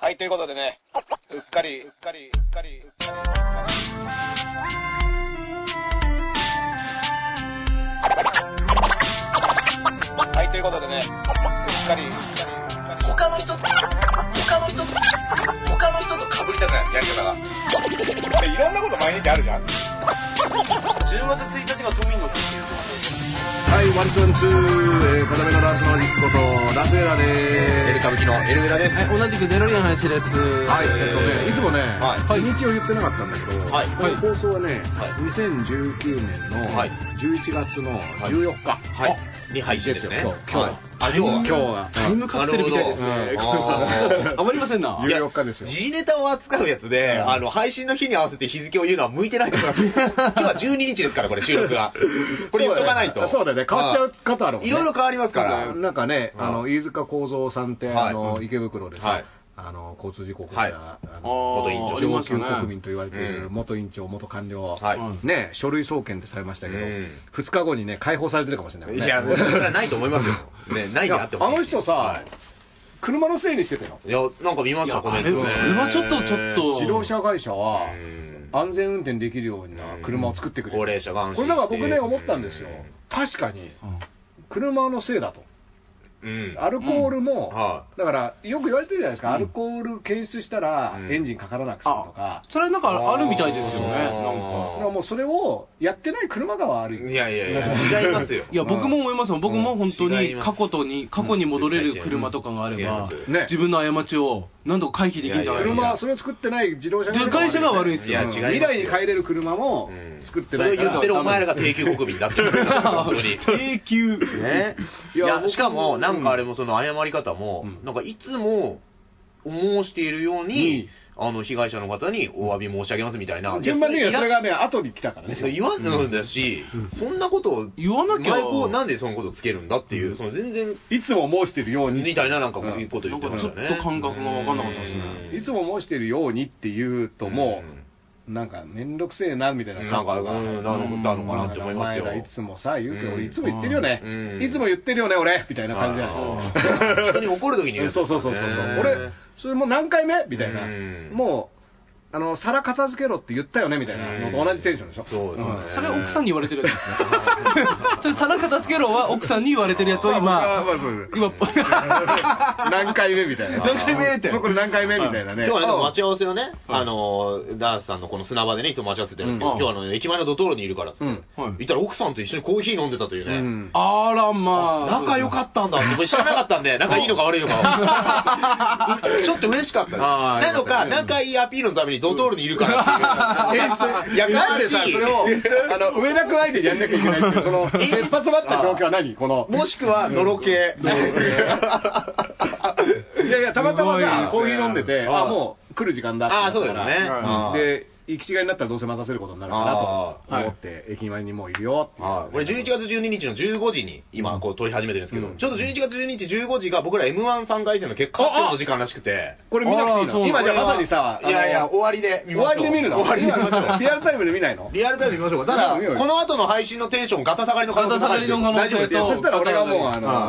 はい、ということでね、うっかり、うっかり、うっかり、うっかり。はい、ということでね、うっかり、うっかり、うっかり。他の人と、他の人と、他の人と被りたくない、やり方が。いろんなこと毎日あるじゃん。 10月1日が都民の日っていうとはい、ワンツーワンツー、えー、片目のラスマジックこと、ラスエラでーす。歌舞伎のエルウラではい、同じくデロリアン林です。ははい、えっとね、いつもね、はいはい、日を言ってなかったんだけど、はいこの放送はね、はい2019年のはい11月の14日、はい。に配信ですね。そう今日はいあ、今日は今日はタイムカプセルみたいですね。なるほどああーまりませんなあいや14日ですよ G ネタを扱うやつで、うんあの、配信の日に合わせて日付を言うのは向いてないと思います。今日は12日ですから、これ収録が。これ言っとかないと。そうだよね、変わっちゃう方あるもんね。いろいろ変わりますから。なんかね、うんあの飯塚幸三さんって、はいあのうん池袋でさ、はいあの交通事故を起こはいした、あの元委員あ長ーあり上ま級すね国民と言われているうん元委員長、元官僚、はい。うんね、書類送検ってされましたけど、うん2日後にね、解放されてるかもしれないもんいね。や、もうそれはないと思いますよ。ね、ないであってほしいいやあの人さ、車のせいにしてたよ。いや、なんか見ました、いやコメントあれはねそれはちょっとちょっと自動車会社はうん安全運転できるような車を作ってくれる、うん高齢者が安心これなんか僕ね、思ったんですようん、確かに車のせいだと、うん。アルコールも、うんはだからよく言われてるじゃないですか、うんアルコール検出したらうんエンジンかからなくするとか、それなんかあるみたいですよね。あーなんだか。からもうそれをやってない車が悪い。いやいやいや、違いますよ。いや、僕も思いますもん。僕も本当違いにます過去とに、過去に戻れる車とかがあればうん違います、ね自分の過ちを何とか回避できるんじゃなやいかや車な。はそれを作ってない自動車会社が悪いっすすよ。いや違います未来に帰れる車も作ってないそかれをら、言ってるお前らが定休国民だって言って るから本当に永久。ねいいやや僕もしかもなんかあれもその謝り方も、うんなんかいつも申しているように、あの被害者の方にお詫び申し上げますみたいな順番的にはそれががね、後に来たからね。言わんのだし、そんなことを言わなきゃお前こうなんでそのことをつけるんだっていう、その全然いつも申してるようにみ。たいななんかこううんいうこと言ってましたねなんかちょっと感覚が分かんなかったですねうんいつも申してるようにっていうともう、なんかめんどくせえなみたいななんか、うん、なるほどなのかなって思いますよお前らいつもさ、言うけうど、ん俺いつも言ってるよねう。んいつも言ってるよね、俺みたいな感じじゃないですか。あー人に怒るときに言ううんそうそうそうそうそう。俺、それもう何回目みたいなうん。もう、あの、皿片付けろって言ったよねみたいなのと同じテンションでしょ。そうですねんそれは奥さんに言われてるやつですね。それ、皿片付けろは奥さんに言われてるやつをまあ今、まあそう今、何回目みたいな。何回目ってもうこれ何回目みたいなね。今日はね、でも待ち合わせをね、あのー、ダースさんのこの砂場でね、いつも待ち合わせてるんですけど、うん今日はあの、駅前のドトールにいるからっつって、うんはい行ったら奥さんと一緒にコーヒー飲んでたというね。うんあらまあ。仲良かったんだって、知らなかったんで、仲いいのか悪いのか。 ちょっと嬉しかったです。あーなのか、仲いいアピールのためにドトールにいるからっていう。やかなんまでしさ、それい。を、あの、上田君相手にやんなきゃいけないっていう、その、え切羽詰まった状況は何この。もしくは、のろけ。 いやいや、たまたますごいですねさ、コーヒー飲んでて、ああ、もう来る時間だってあなあ、っそたうだかよらね。うんで、行き違いになったらどうせ待たせることになるかなあーと思って、駅前にもういるよっていう。これ11月12日の15時に今こう撮り始めてるんですけど、うんちょうど11月12日15時が僕ら M13 回戦の結果発表の時間らしくて、これ見なくていいあーそのうなの今じゃあまさにさ、いやいあや、の終わりで見終まわしょう。りで見るの終わりで見ましょ今リアルタイムで見ないのう。リアルタイムで見ましょうか。ただ、見ようよこの後の配信のテンションガタ下がりの可能性高いですよガタ大下丈夫がりの可能で性すそうそよしたら俺がもう、あうのん、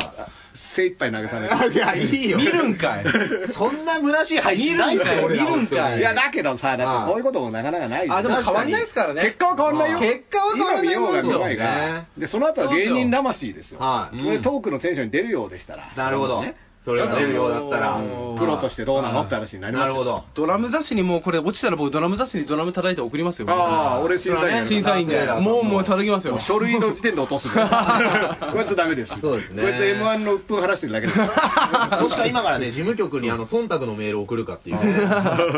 精一杯投げされ る。いや、いいよ。見るんかい。そんな虚しい配信ないから見るんかい見るんかいや、だけどさ、だってそういうこともなかなかないじゃんあでも変わんないですからね結果は変わんないよ。うん結果は変わんない今見ようが見まそいうがね。で、その後は芸人魂ですよ。はいこれトークのテンションに出るようでしたら。なるほどね。それが出るようだったら。うんプロとしてどうなのって話になりますなるよほど。。ドラム雑誌にもうこれ落ちたら僕ドラム雑誌にドラム叩いて送りますよ。ああ、俺審査員審査員で。もうもう 叩きますよ。書類の時点で落と す。こいつダメです。そうですねこいつ M1 の鬱憤晴らしてるだけです。もしか今からね、 事務局にあの、忖度のメールを送るかっていうね、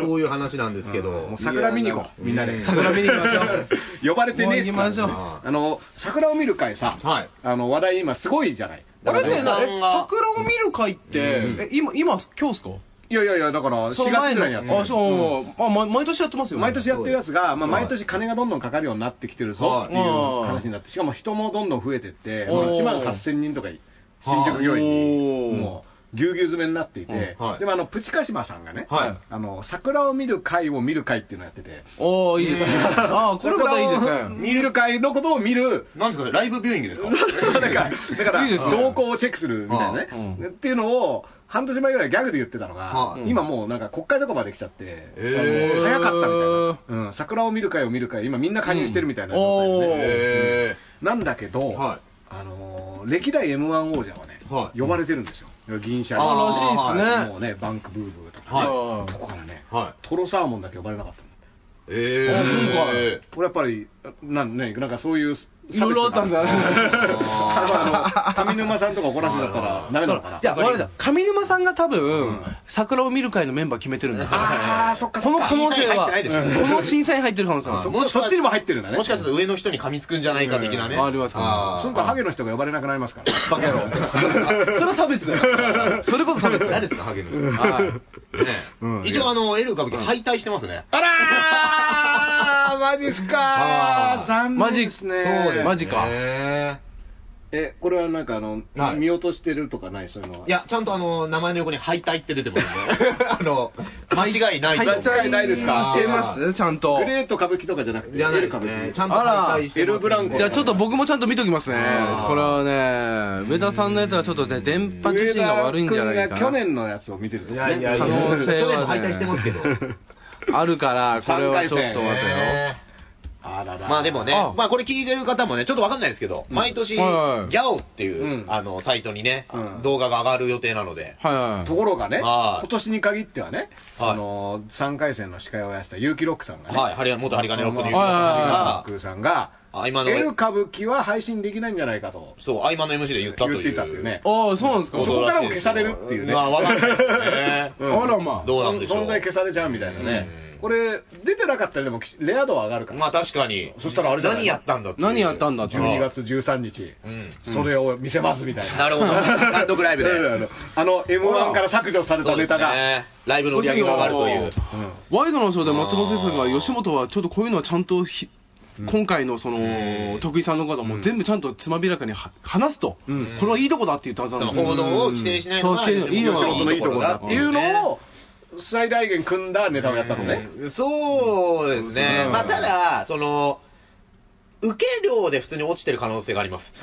そういう話なんですけど。もう桜見に行こう、みんなで。桜見に行きましょ う。呼ばれてねえっつってもう行きましょうあの、桜を見る会さ、はいあの、話題今すごいじゃない。あれねなね、なえ桜を見る会って、うんえ今、今、今日っすかいやいやいや、だから、4月そぐの前のらいにやってるあ、そう、あ、ま毎年やってますよね。毎年やってるやつが、まあ、はい毎年金がどんどんかかるようになってきてるぞっていう話になって、しかも人もどんどん増えてって、おー1万8000人とかい、新宿御苑おに、ーもう、ぎゅうぎゅう詰めになっていて、うんはいでもあのプチカシマさんがね、はいあの桜を見る会を見る会っていうのをやってて、おおいいですね。ああ、これまたいいです桜をね。見る会のことを見るなんですかね、ライブビューイングですか だから、だからいいですね動向をチェックするみたいなねああうん。っていうのを、半年前ぐらいギャグで言ってたのがは、い今もうなんか国会とかまで来ちゃって、あへえの早かったみたいな。うん桜を見る会を見る会、今みんな加入してるみたいな状態でね。へなんだけど、はあのー、歴代 M1 王者はねは、い呼ばれてるんですよ。銀シャリあらしいですねもうね、バンクブーブーとかはねい。ここからねは、トロサーモンだけ呼ばれなかったの。え。えあそう え。これやっぱり、なんね、なんかそういう差別が、いろいろあったんだあの上沼さんとか怒らせだったら、ダメなのかな。いや、わかりました上沼さんが多分ん、桜を見る会のメンバー決めてるんですよ。あーそっかそこっかの可能性は、審査員入ってないですこの審査員入ってる可能性は。あそそっもしかそっちにも入ってるんだ ね。もしかすると上の人に噛みつくんじゃないか的なね。うんありますからあーそのとハゲの人が呼ばれなくなりますから。バ カ野郎。それは差別 だよ。それこそ差別だ誰よですか、ハゲの人。はいねうん一応、あの、エル歌舞伎敗退してますね。あらーマジっすか あーー残マジ念っですすねね。マジかへえ、これはなんかあの、はい見落としてるとかないそういうのは。ーい、や、ちゃんとあの、名前の横に敗退って出てますん で。あの、 間違いないと思う。間違いないですかしてますちゃんとグ。レート歌舞伎とかじゃなくて、じゃないでエすル歌舞ね伎。ちゃんと敗退してますんで。あらエルブランコじゃあちょっと僕もちゃんと見ときますね。あーこれはね、上田さんのやつはちょっとね、電波受信が悪いんじゃないか上田君が去な。年のやつを見てるといやいやいや、可能性はね去年も敗退してますけど。あるから、これはちょっと待てよ。ね あらら。まあでもねあ、まあこれ聞いてる方もね、ちょっとわかんないですけど、毎年、ギはいはいャオっていう、うんあの、サイトにね、うん動画が上がる予定なので、はいはい。ところがね、はい今年に限ってはね、はいあの3回戦の司会をやってた結城ロックさんがね、はい、針金元針金ロックのあユのーロはさロッんが、クさんが、あ今の、 L 歌舞伎は配信できないんじゃないかとそう、合間の MC で言ったという。言っていたっていうね、ああ、そうなんですか。そこからも消されるっていうねまあわかんないです 。ねうんあらまあどうなんでしょう存在消されちゃうみたいなね、うんこれ、出てなかったらでもレア度は上がるから、まあ確かに。そしたらあれじゃない何やったんだっていう何やったんだってあ12月13日、うん。それを見せますみたいな。なるほど。単独ライブ で。うんあの、M1 から削除されそたネタうですが。ねライブの売り上げが上がるという。うんワイドのショーで松本先生が、吉本はちょっとこういうのはちゃんとひ、今回のその、徳井さんの方も全部ちゃんとつまびらかには話すと、うんこれはいいとこだって言ったはずそなんでのすよ報道を規制しないのが、そう規制いいの吉本のいいところだっていうのをを最大限組んだネタをやったのね。うんそうですね、うんまあ、ただ、その、受け量で普通に落ちてる可能性があり ます。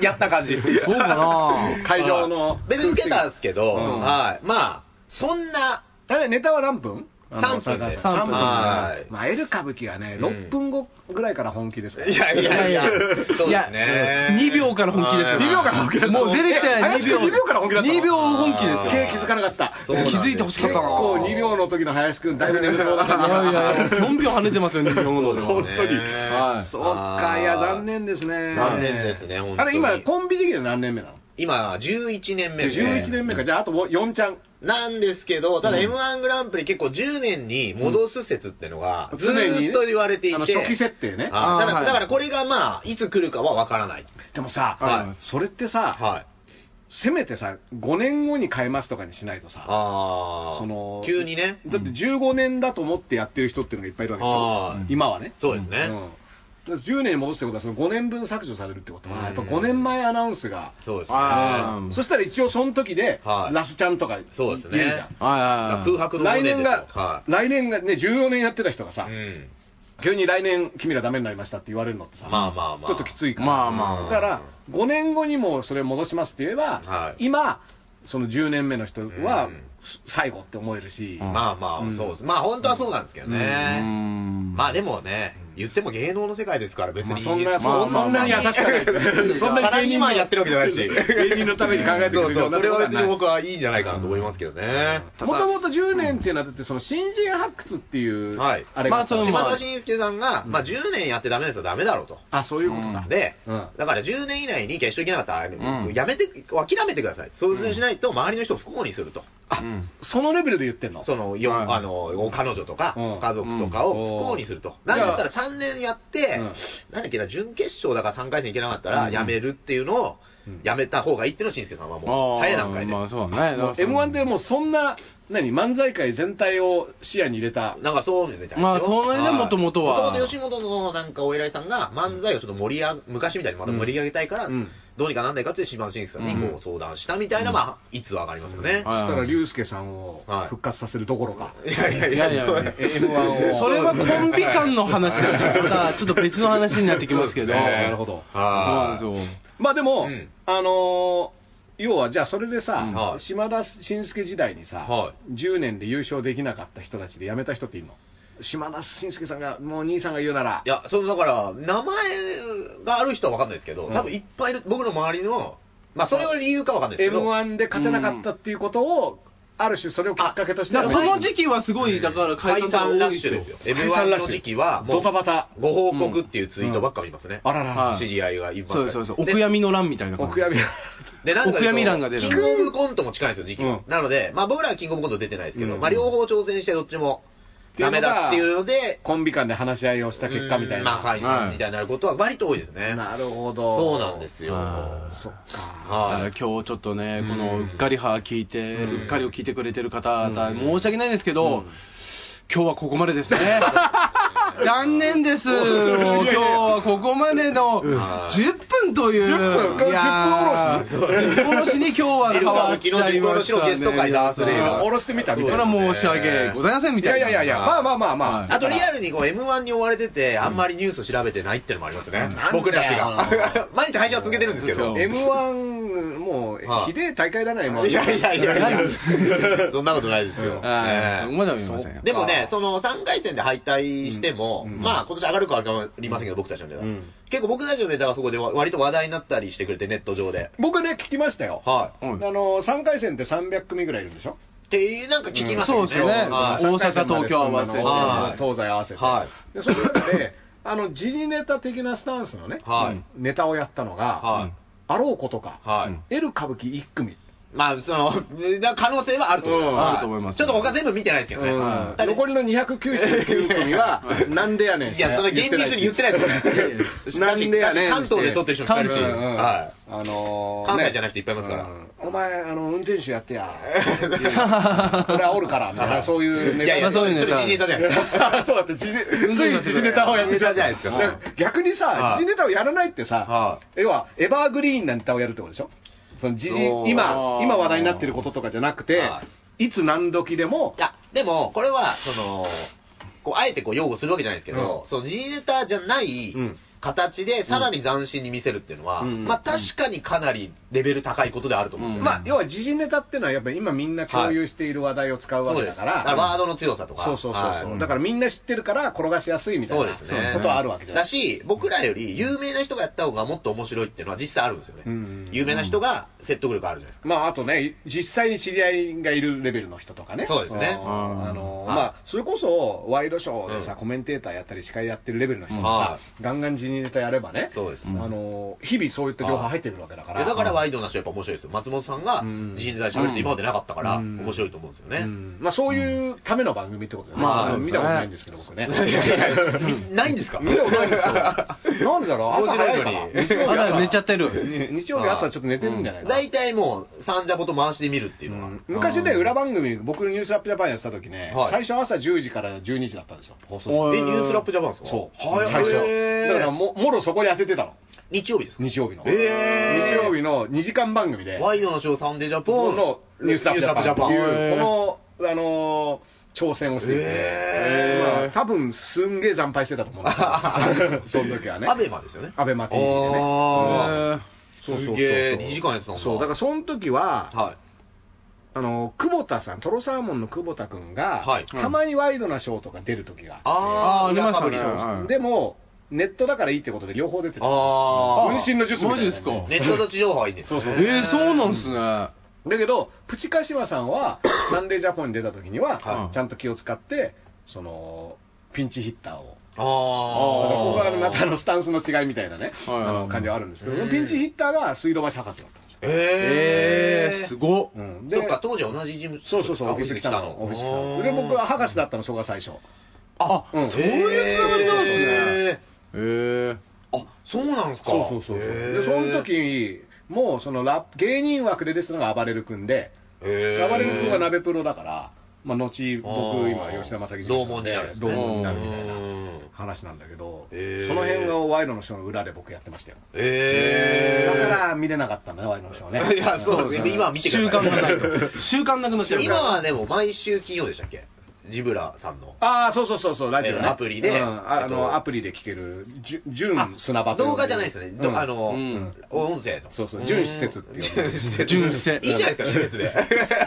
やった感じ。どうかな会場のはい別に受けたんですけど、うんはい。まあ、そんな、あれ、ネタは何分3分で3分はでいまあ、L 歌舞伎はね、うん6分後ぐらいから本気ですから。いやいやいや、そうですね。 2秒から本気ですはよ。い2秒から本気だったもう出てきて2秒。林くん2秒から本気だったの2秒本気あですよー。気づかなかった。そうなんです気づいてほしかっ結たな構2秒の時の林くん、だいぶ眠そうだったいやいやいや、な。 4秒跳ねてますよ、2秒の。本当に。はいそっか、いや、残念ですね。残念ですね本当にあれ、今、コンビ的には何年目なの今、11年目で。 ?11 年目か。じゃあ、あと4ちゃん。なんですけど、ただ M1 グランプリ結構10年に戻す説ってのが、ず常にねーっと言われていて、あの初期設定ねあたあーはだいだからこれがまあ、いつ来るかはわからない。でもさ、はそれってさ、はい。せめてさ、5年後に変えますとかにしないとさ、ああ、その急にね。だって15年だと思ってやってる人っていうのがいっぱいいるわけでしょ、はい今はね。そうですね。うん、だから10年に戻すってことは、その5年分削除されるってことうんは、やっぱ5年前アナウンスが、そうですね。あーうんそしたら一応その時で、はいラスちゃんとか言うじゃんそうですねはいはい空はい。白の来5年年ですよが、は来年がね、14年やってた人がさ、い。うん。急に来年、君らダメになりましたって言われるのってさ、まあまあまあ。ちょっときついから、まあまあだから、5年後にもそれ戻しますって言えば、はい今、その10年目の人は、うん最後って思えるし、うんまあまあ、そうです。まあ本当はそうなんですけどうね。んまあでもね、言っても芸能の世界ですから別にまいあいそんです。な、まあまあそそんなに優しくはない。 そんなサラリにー芸マ人ンやってるわけじゃないし。芸人のために考えてくそれうるそよう。そうなれとこはろ別はなにい僕はいいんじゃないかなと思いますけどね。もともと10年っていうのは、だってその新人発掘っていう、はいあれがあったまあそれも島田紳介さんが、まあ10年やってダメなやつはダメだろうと。あ、そういうことか。で、うんだから10年以内に決勝行けなかったら、うんやめて、諦めてください。そうしないと周りの人を不幸にすると。うんそのレベルで言ってんのその、よはいあの、彼女とか、うん家族とかを不幸にすると。なんだったら3年やって、うんなんだっけな、準決勝だから3回戦行けなかったら、やめるっていうのをうん、やめた方がいいっていうのを、しんすけさんはもう、あー早い段階で。まあそうね。 M1 でもうそんな、何、漫才界全体を視野に入れた、なんかそうみたいな。まあそれで元々は元々吉本のなんかお偉いさんが漫才をちょっと盛り上げ、昔みたいにまた盛り上げたいから、うんどうにかなんないかって島田紳士さんにこう相談したみたいな、まあ、逸話がありますよね。はしいたら、竜介さんをはい復活させるどころか。いやいやいやいやそう M1 を。それはコンビ間の話だから、またちょっと別の話になってきますけど、 そうですねなるほど。はそうなんですよまあでうも、んあのー要はじゃあそれでさ、うんはい島田紳助時代にさ、は10年で優勝できなかった人たちで辞めた人っているの島田紳助さんが、もう兄さんが言うならい、や、そのだから、名前がある人は分かんないですけど、うん多分いっぱいいる、僕の周りの、まあ、それが理由か分かんないですけど、 M1 で勝てなかったっていうことを、ある種それをきっかけとして、だからこの時時期はすごい、だから解解散散ララッッシシュュでですすよよ。。 M1 の時期は、ドタバタ、ご報告っていうツイートばっか見ますね。あらららは知り合いがいますそうです、そうです。おで悔やみの欄みたいなお感悔じやみ。で、なんかお悔やみ欄が出るキングオブコントも近いんですよ、時期はうなので、まあ僕らはキングオブコント出てないですけど、うんまあ両方挑戦してどっちもダメだっていうので、コンビ間で話し合いをした結果みたいうんまあな。解散みたいになることは割と多いですね。なるほど。そうなんですよ。あーそっか。だからは今日ちょっとね、こうのんうっかりは聞いて、うんうっかりを聞いてくれてる方々、うん申し訳ないですけうどん、今日はここまでですね。残念です。もう今日はここまでの10分という。 10分いや10ー10分おろしに今日は変わっちゃいましたね。ゲスト会ダースレイヤダーー。おろしてみたみこたいれなは申し訳ございませんみいやたいな。いやいやいや、まあまあまあまあ。あとリアルにこう M1 に追われてて、あんまりニュース調べてないってのもありますね。僕たちが。 毎日配信は続けてるんですけど。そう M1、もうは、いひでえ大会だな、M1。いやいやいやいや、 そんなことないですよ。 はい。えこえこまでは見ません。でもね、その3回戦で敗退しても、うんまあ今年上がるか上がりませんけど、僕たちのネタ、うん結構僕たちのネタがそこで割と話題になったりしてくれて、ネット上で。僕ね、聞きましたよ。はうあんの、3回戦って300組ぐらいいるんでしょい。っていう、なんか聞きますそようね。ですよね。は大い阪、東京合わせて。はい東西合わせて。はで、その中で、あの、時事ネタ的なスタンスのね、はい。うんネタをやったのが、はい。あろうことか、はい。うん L 歌舞伎1組。まあ、その、可能性はあると思います。うんはあると思いますちょっと他全部見てないですけどね。うんただ残りの299組は、なんでやねん。いや、それ厳密に言ってないですよね。 なんでやねん関東で撮ってる人もいるし。関東はあのい。ー関西じゃなくていっぱいいますかうら。んお前、あの運転手やってや、 俺はおるから、みたいな、そういうネいやタいや、そそうういういネタうネタじゃないですか。 そうだって、時事運転手やってつい時事ネタをやってネタじゃないですかだら逆にはさ、い時事ネタをやらないってはさ、要はエバーグリーンなネタをやるってことでしょ、その時事そう今、今話題になってることとかじゃなくては、いつ何時でもい、や、でも、これは、その、こう、あえてこう、擁護するわけじゃないですけど、うんその、G ネタじゃないうん形で、さらに斬新に見せるっていうのは、うんまあ、確かにかなりレベル高いことであると思うんですよ。うんまあ、要は時事ネタっていうのは、やっぱり今、みんな共有している話題を使うわそうけでだす。かだから、ワーら、ドの強さとか。そうそうそうはいそう、だからみんな知ってるから、転がしやすいみたいそうなですこね。とはあるわけじゃないだし、僕らより有名な人がやった方がもっと面白いっていうのは実際あるんですよね。うん有名な人が説得力あるじゃないですか。まあ、あとね、実際に知り合いがいるレベルの人とかね、そうですねそのうんあのはいまあ、それこそワイドショーでさ、うんコメンテーターやったり、司会やってるレベルの人がはさ、ガンガン時事ネタやればね、そうですあの日々そういった情報入ってくるわけだかいら、やだからワイドな人やっぱ面白いですよ。松本さんがうん自信で喋って今までなかったからうん面白いと思うんですようね。んまあ、そういうための番組ってことで、ねまああのそうです見ねたことないんですけど、僕ね。いやいやいやみ ないんですか見たことないんですよ。なんでだろう、朝早いから面日曜日ま朝だ寝ちゃってる。ね日曜日朝ちょっと寝てるんじゃないか な。大体もう、サンジャポと回しで見るっていうのは。昔ね、裏番組、僕、ニュースアップジャパンやってた時ね、はい最初朝10時から12時だったんですよ。放送え、ニュースラップジャパンですかそう、はい、最初、へーだからももろそこに当ててたの、日曜日ですか日曜日の、えー日曜日の2時間番組で、ワイドのショーサンデージャポンのニュースアップジャパンっニてュースアップジャパンいう、この、あのー挑戦をしていて、へーまあ、多分すんげえ惨敗してたと思うんだけど その時はね、アベマですよね。アベマ TV でねあーそうそうそうそうすげえ、2時間やってたんだ。そうだからその時は、はい。あの久保田さん、トロサーモンの久保田君が、はいたまにワイドなショーとか出る時があってあー、あーありまし裏たねかぶりはいでも、ネットだからいいってことで、両方出てた。あー分身の術みたいな、マジですかネットと地上波はいいんですよねえー、そうなんすね。だけど、プチカシマさんは、 サンデージャポンに出た時には、はいちゃんと気を使って、その、ピンチヒッターを。あだからここあ。はまたあのスタンスの違いみたいなね、はいあの感じはあるんですけど、うんピンチヒッターが水道橋博士だったんですよ。ええー、ー、すごっ。うんそっか、当時は同じ事務そうそうそう、オフィス来たの。オフィス来たの。で、僕は博士だったの、そこが最初。あ、うんそういうつながりなんですね。えー、あ、そうなんですか。そうそうそうそう。で、その時に、もうそのラップ芸人枠で出てたのが暴れる君で、え暴れる君は鍋プロだから、まあ、後、僕、今、吉田正樹同門になるんですね同門になるみたいな。うん話なんだけど、へーその辺がワイドの人の裏で僕やってましたよ、えだー。から見れなかったんだねワイドの人はね いや、そうですね。今は見てく習だ慣さい。がないと。 習慣なくなっちゃうか ら。今はでも毎週金曜でしたっけジブラさんの。ああそうそうそうそうラジオね、えーアプリでうんああえっとのアプリで聞けるじゅ純砂場という動画じゃないですよね。どうんあの、うん音声の。そうそう準施設っていう準施設。準施設いいじゃないですか、施設で。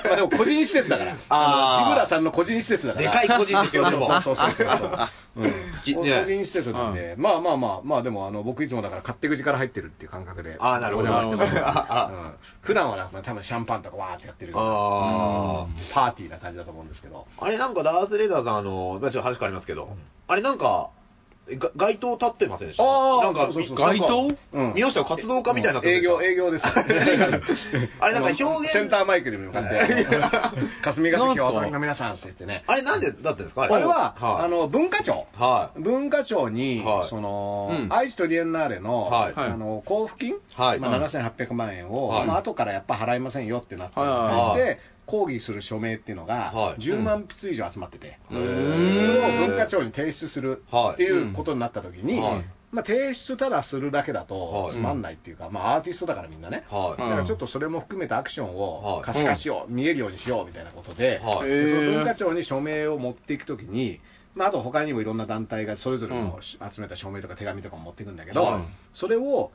まあでも個人施設だから、あーのジブラさんの個人施設だから、でかい個人ですよ、でも。そうそうそうそううんき個ね人施設なんで、まあまあまあ、まあでもあの僕いつもだから勝手口から入ってるっていう感覚で、あーなるほどお邪魔してますあうん普段はなんか多分シャンパンとかわーってやってるけどあうんパーティーな感じだと思うんですけど、あれなんか、ダース・レーダーさん、あの、まあちょっと話変わりますけど、あれなんか、が街灯立ってませんでしたあーなんか、そうそうそうなんか街灯宮下活動家みたいになって営業、業。営業で す。あれなんか表現センターマイクで向かって、霞が関をお隣の皆さんって言ってね。あれなんでだったんですかああれれは、はいあの、文化庁。はい。文化庁に、はいその、うん愛知トリエンナーレの、はいあの交付金、はいまあ、7800万円を、はいまあ後からやっぱ払いませんよってなって、はいはいはいそして抗議する署名っていうのが、はい10万筆以上集まってて、へそーれを文化庁に提出するはいっていうことになった時に、はいまあ、提出ただするだけだとはいつまんないっていうか、まあ、アーティストだからみんなね。はい。だからちょっとそれも含めたアクションはをい可視化しよう、見えるようにしようみたいなことで、はいでその文化え庁に署名を持っていくときに、まあ、あと他にもいろんな団体がそれぞれの集めた署名とか手紙とかも持っていくんだけど、はいそれを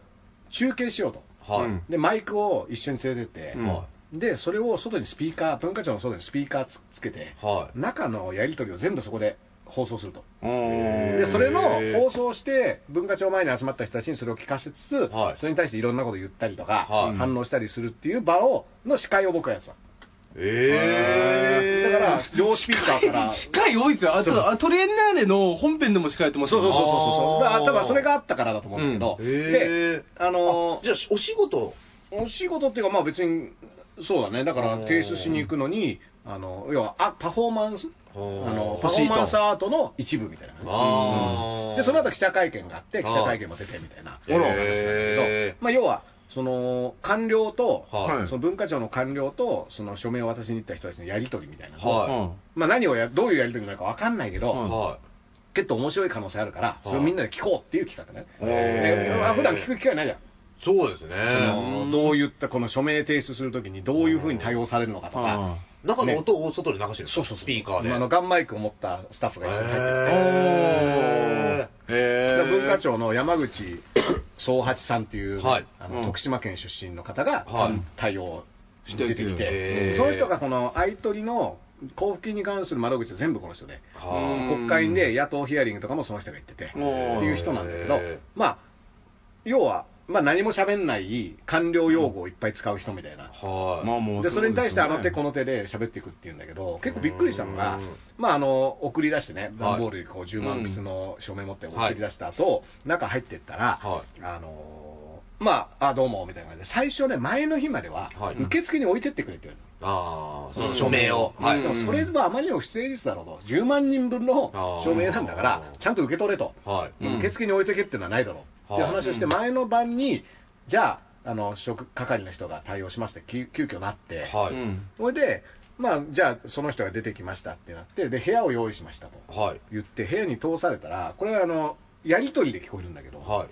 中継しようと、はい。うんでマイクを一緒に連れてって、うんはでそれを外にスピーカー、文化庁の外にスピーカーつつけて、い。はい。中のやり取りを全部そこで放送すると。うんでそれの放送をして、文化庁前に集まった人たちにそれを聞かせつつ、はいそれに対していろんなことを言ったりとか、はい反応したりするっていう場をの司会を僕はやってた、ええだから、両スピーカーから、近い多いですよ。あと、あトレーナーレの本編でも近いと思そうそうそうそうそう。だあかーらだからそれがあったからだと思うんだけど、へで、えあのーじゃあ、お仕事、お仕事っていうか、まあ別に、そうだね、だからうん提出しに行くのに、あの要はあパフォーマンス、ああののパフォーマンスアートの一部みたいなねあーで、その後記者会見があって、あ記ー者会見も出てみたいな、へーおろおろ話なんだけど、まあ要は、その官僚と、はいその文化庁の官僚と、その署名を渡しに行った人たちのやり取りみたいなのを、はまあ何をや、どういうやり取りなのか分かんないけど、うんは結構面白い可能性あるから、それをみんなで聞こうっていう企画ね。へーでまあ普段聞く機会ないじゃん。い。そうですね。そのどういったこの署名提出するときにどういうふうに対応されるのかとか、中の音を外で流してるんですかスピーカーで。あのガンマイクを持ったスタッフが一緒に入ってて、へそれから文化え庁の山口総八さんっていう、はいあうのん徳島県出身の方が、はい対応して出てきへてー、その人がこの相取りの交付金に関する窓口は全部この人で、ーはう国ん会で野党ヒアリングとかもその人が行ってて。あっていう人なんだけどへー、まあ、要は、まあ、何も喋んない官僚用語をいっぱい使う人みたいな、はい。まあもうでそれに対してあの手このの手で喋っていくっていうんだけど、結構びっくりしたのがうん、まあ、あの送り出してね、段ボールにこう10万筆の署名持って送り出した後、中入ってったら、はあのーまあ、あ、どうもみたいな感じで、最初ね、前の日までははい、受付に置いてってくれって言われた。ああ、そうんの署名を。うんはい。でもそれはあまりにも不誠実だろうと、10万人分の署名なんだかあらー、ちゃんと受け取れと、はい。うん受付に置いとけっていうのはないだろうっていう話をして、はい前の晩に、じゃあ、あの職係の人が対応しますって急急遽なって、はい。それで、まあ、じゃあ、その人が出てきましたってなって、で部屋を用意しましたとはい。言って、部屋に通されたら、これはあのやり取りで聞こえるんだけど、はい。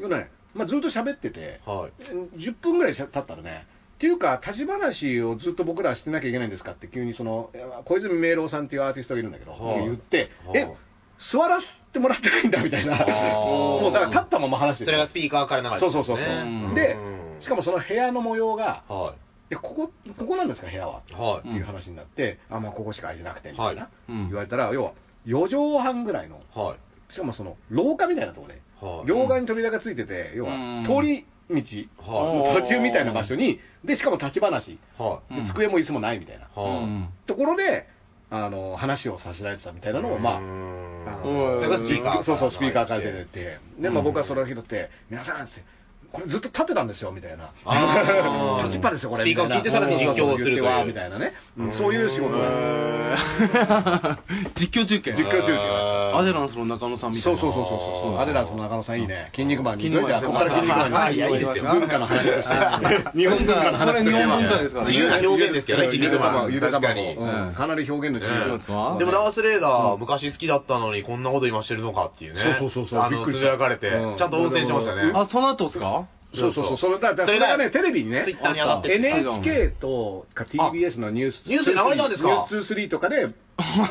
要はねまあ、ずっと喋ってて、はい。 10分ぐらい経ったらね、っていうか、立ち話をずっと僕らはしてなきゃいけないんですかって、急にその小泉明郎さんっていうアーティストがいるんだけど、はい言って、はいえ座らせてもらってないんだみたいな、ーもうだから立ったまま話しそてるれがスピーカーから流れてそるうんそですうそうね、そう、んで、しかもその部屋の模様が、も。はい。いやここここなんですか、部屋ははってい。いう話になって、あまあ、ここしか空いてなくてみたいな、はいうん言われたら、要は4畳半ぐらいの、はい。しかもその廊下みたいなところで、はい。両側に扉がついてて、要うはん通り道の途中みたいな場所に、でしかも立ち話、は。で机も椅子もないみたいないはい。 ところで、あの話をさせられてたみたいなのを、まあ、ああのうんだからスピーカーそうそう、スピーカーから出てって、でまあ、僕はそれを拾って、皆さんっつって、これずっと立ってたんですよみたいなあー、 立ちっぱですよ、これ、スピーカーを聞いてさらに実況をするというみたなそうそうそう言ってわみたいなね、うんそういう仕事なんです、実況中継。実況中継はアデランスの中野さんみたそいうな。そうそうそうそう、アデランスの中野さん、いいね、筋肉マンに、筋肉マンじゃあ、ここから筋肉マンに、まあいやいいですよ文化の話 として、日本文化の話として、これ日本文化ですから自由な表現ですけどね、筋肉マン。ゆで確卵かに。うんかなり表現の自由そうですかでもダースレーダー、昔好きだったのに、こんなこと今してるのかっていうね。そうそうそうそうあびっの、くりつしぶたやかれてう、んちゃんと応戦してましたね。あ、その後ですかそうそうそう、それだ、だそからそれれががね、テレビにねツイ、ッターに上がってる。 NHK とか TBS のニュースニュースに流れたんですかニュース23とかで、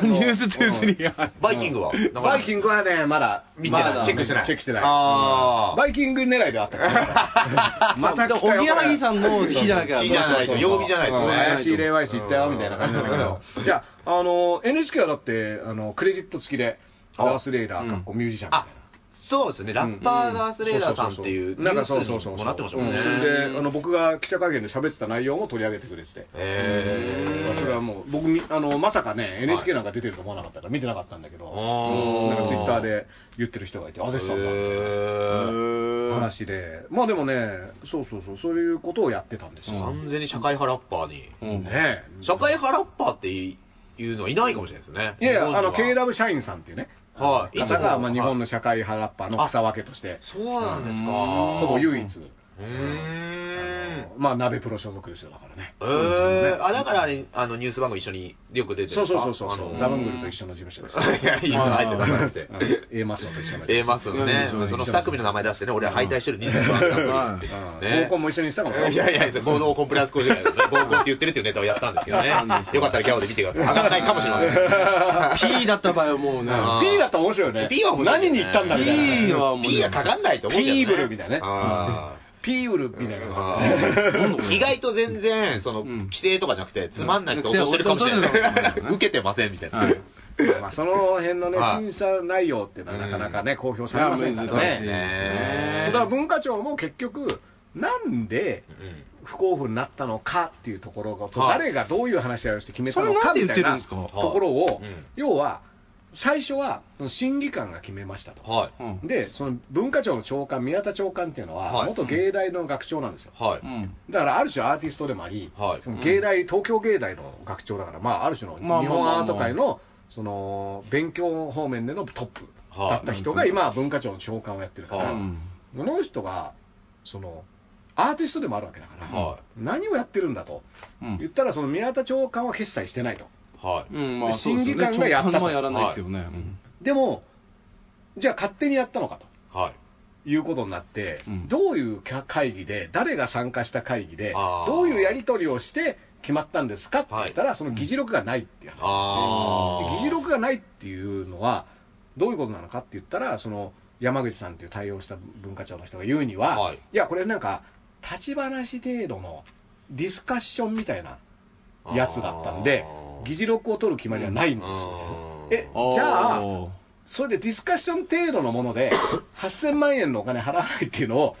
ニュース2 3が。バイキングはバイキングはね、まだ見てないまだチェックしてないチェックしてない。あーうんバイキング狙いではあったから。 また、おぎやはぎさんの日じゃなきゃ。日じゃないと、曜日じゃないとうん怪しい霊ね。媒師行ったよみたいな感じなんだけど、いや、あの、NHK はだって、あの、クレジット付きで、あダースレーダー、かっこミュージシャンみたいな。そうですね、ラッパーダースレーダーさんっていう、なんかそうそうそう。もなってましたもんねう。それで、あの、僕が記者会見で喋ってた内容も取り上げてくれてて。えーそれはもう、僕み、あの、まさかね、NHK なんか出てると思わなかったから、見てなかったんだけど、あーなんかツイッターで言ってる人がいて、あ、でしたんだって話で、まあでもね、そうそうそう、そういうことをやってたんですよ。完全に社会派ラッパーに。ねえ社会派ラッパーっていうのはいないかもしれないですね。いやいや、あの、日本には KW 社員さんっていうね、はい。方が、まあ、日本の。の社会派ラッパーの草分けとして、そうなんですか。ほぼ唯一、うーん。まあ、鍋プロ所属ですよ、だからね。えー、あだからあれあのニュース番組一緒によく出てるそうそうそうそうあのザブ ングルと一緒の事務所です。いやいやあえて出さなくてうん A マッソと一緒の事務所。 A マスのねうんその2組の名前出してね俺は敗退してる人生もあったっていううんね合コンも一緒にしたかもいやいやいや、合同コンプライアンス工事会ですね。合コンって言ってるっていうネタをやったんですけどね。よかったらギャオで見てください。上がんないかもしれませ ん。 P だった場合はもうね。あ P だったら面白いよね。 P は面白いね何に行ったんだみたいな。 P はもう P がかかんないと思うけどね。 P ブルみたいなねあー P ウルみたいなあ感じでね。ー意外と全然、その、ん規制とかじゃなくて、つまんない人落としてるかもしれない。うん受けてませんみたいな。はい まあその辺のね、はい審査内容っていうのはなかなかね、公表されませんかいらや難しいねね。だから文化庁も結局、なんで不交付になったのかっていうところが、はい誰がどういう話し合いをして決めたのそれなかんでみ言ったているんなですとかはいころをうん、要は、最初はその審議官が決めましたと。はうい。ん。で、その文化庁の長官、宮田長官っていうのは、はい元芸大の学長なんですよ。はい。うん。だからある種アーティストでもあり、はいその芸大、東京芸大の学長だから、まあ、ある種の日まあまあまあ本まあアート界のその勉強方面でのトップはいだった人が今、文化庁の長官をやってるから、はこいの人がそのアーティストでもあるわけだから、は何をやってるんだとうん言ったら、その宮田長官は決済してないと、はい。うん、まあ、審議官がやったとそうですよね長官はやらないですよね。うんでも、じゃあ勝手にやったのかと。はい。いうことになって、うんどういう会議で、誰が参加した会議であ、ーどういうやり取りをして決まったんですかって言ったら、その議事録がないっていう話、ああ。で議事録がないっていうのは、どういうことなのかって言ったら、その山口さんっていう対応した文化庁の人が言うには、はいい、や、これなんか、立ち話程度のディスカッションみたいなやつだったんであ、ー議事録を取る決まりはないんですようんえじゃあ、それでディスカッション程度のもの で、8000万円のお金払わないっていうのを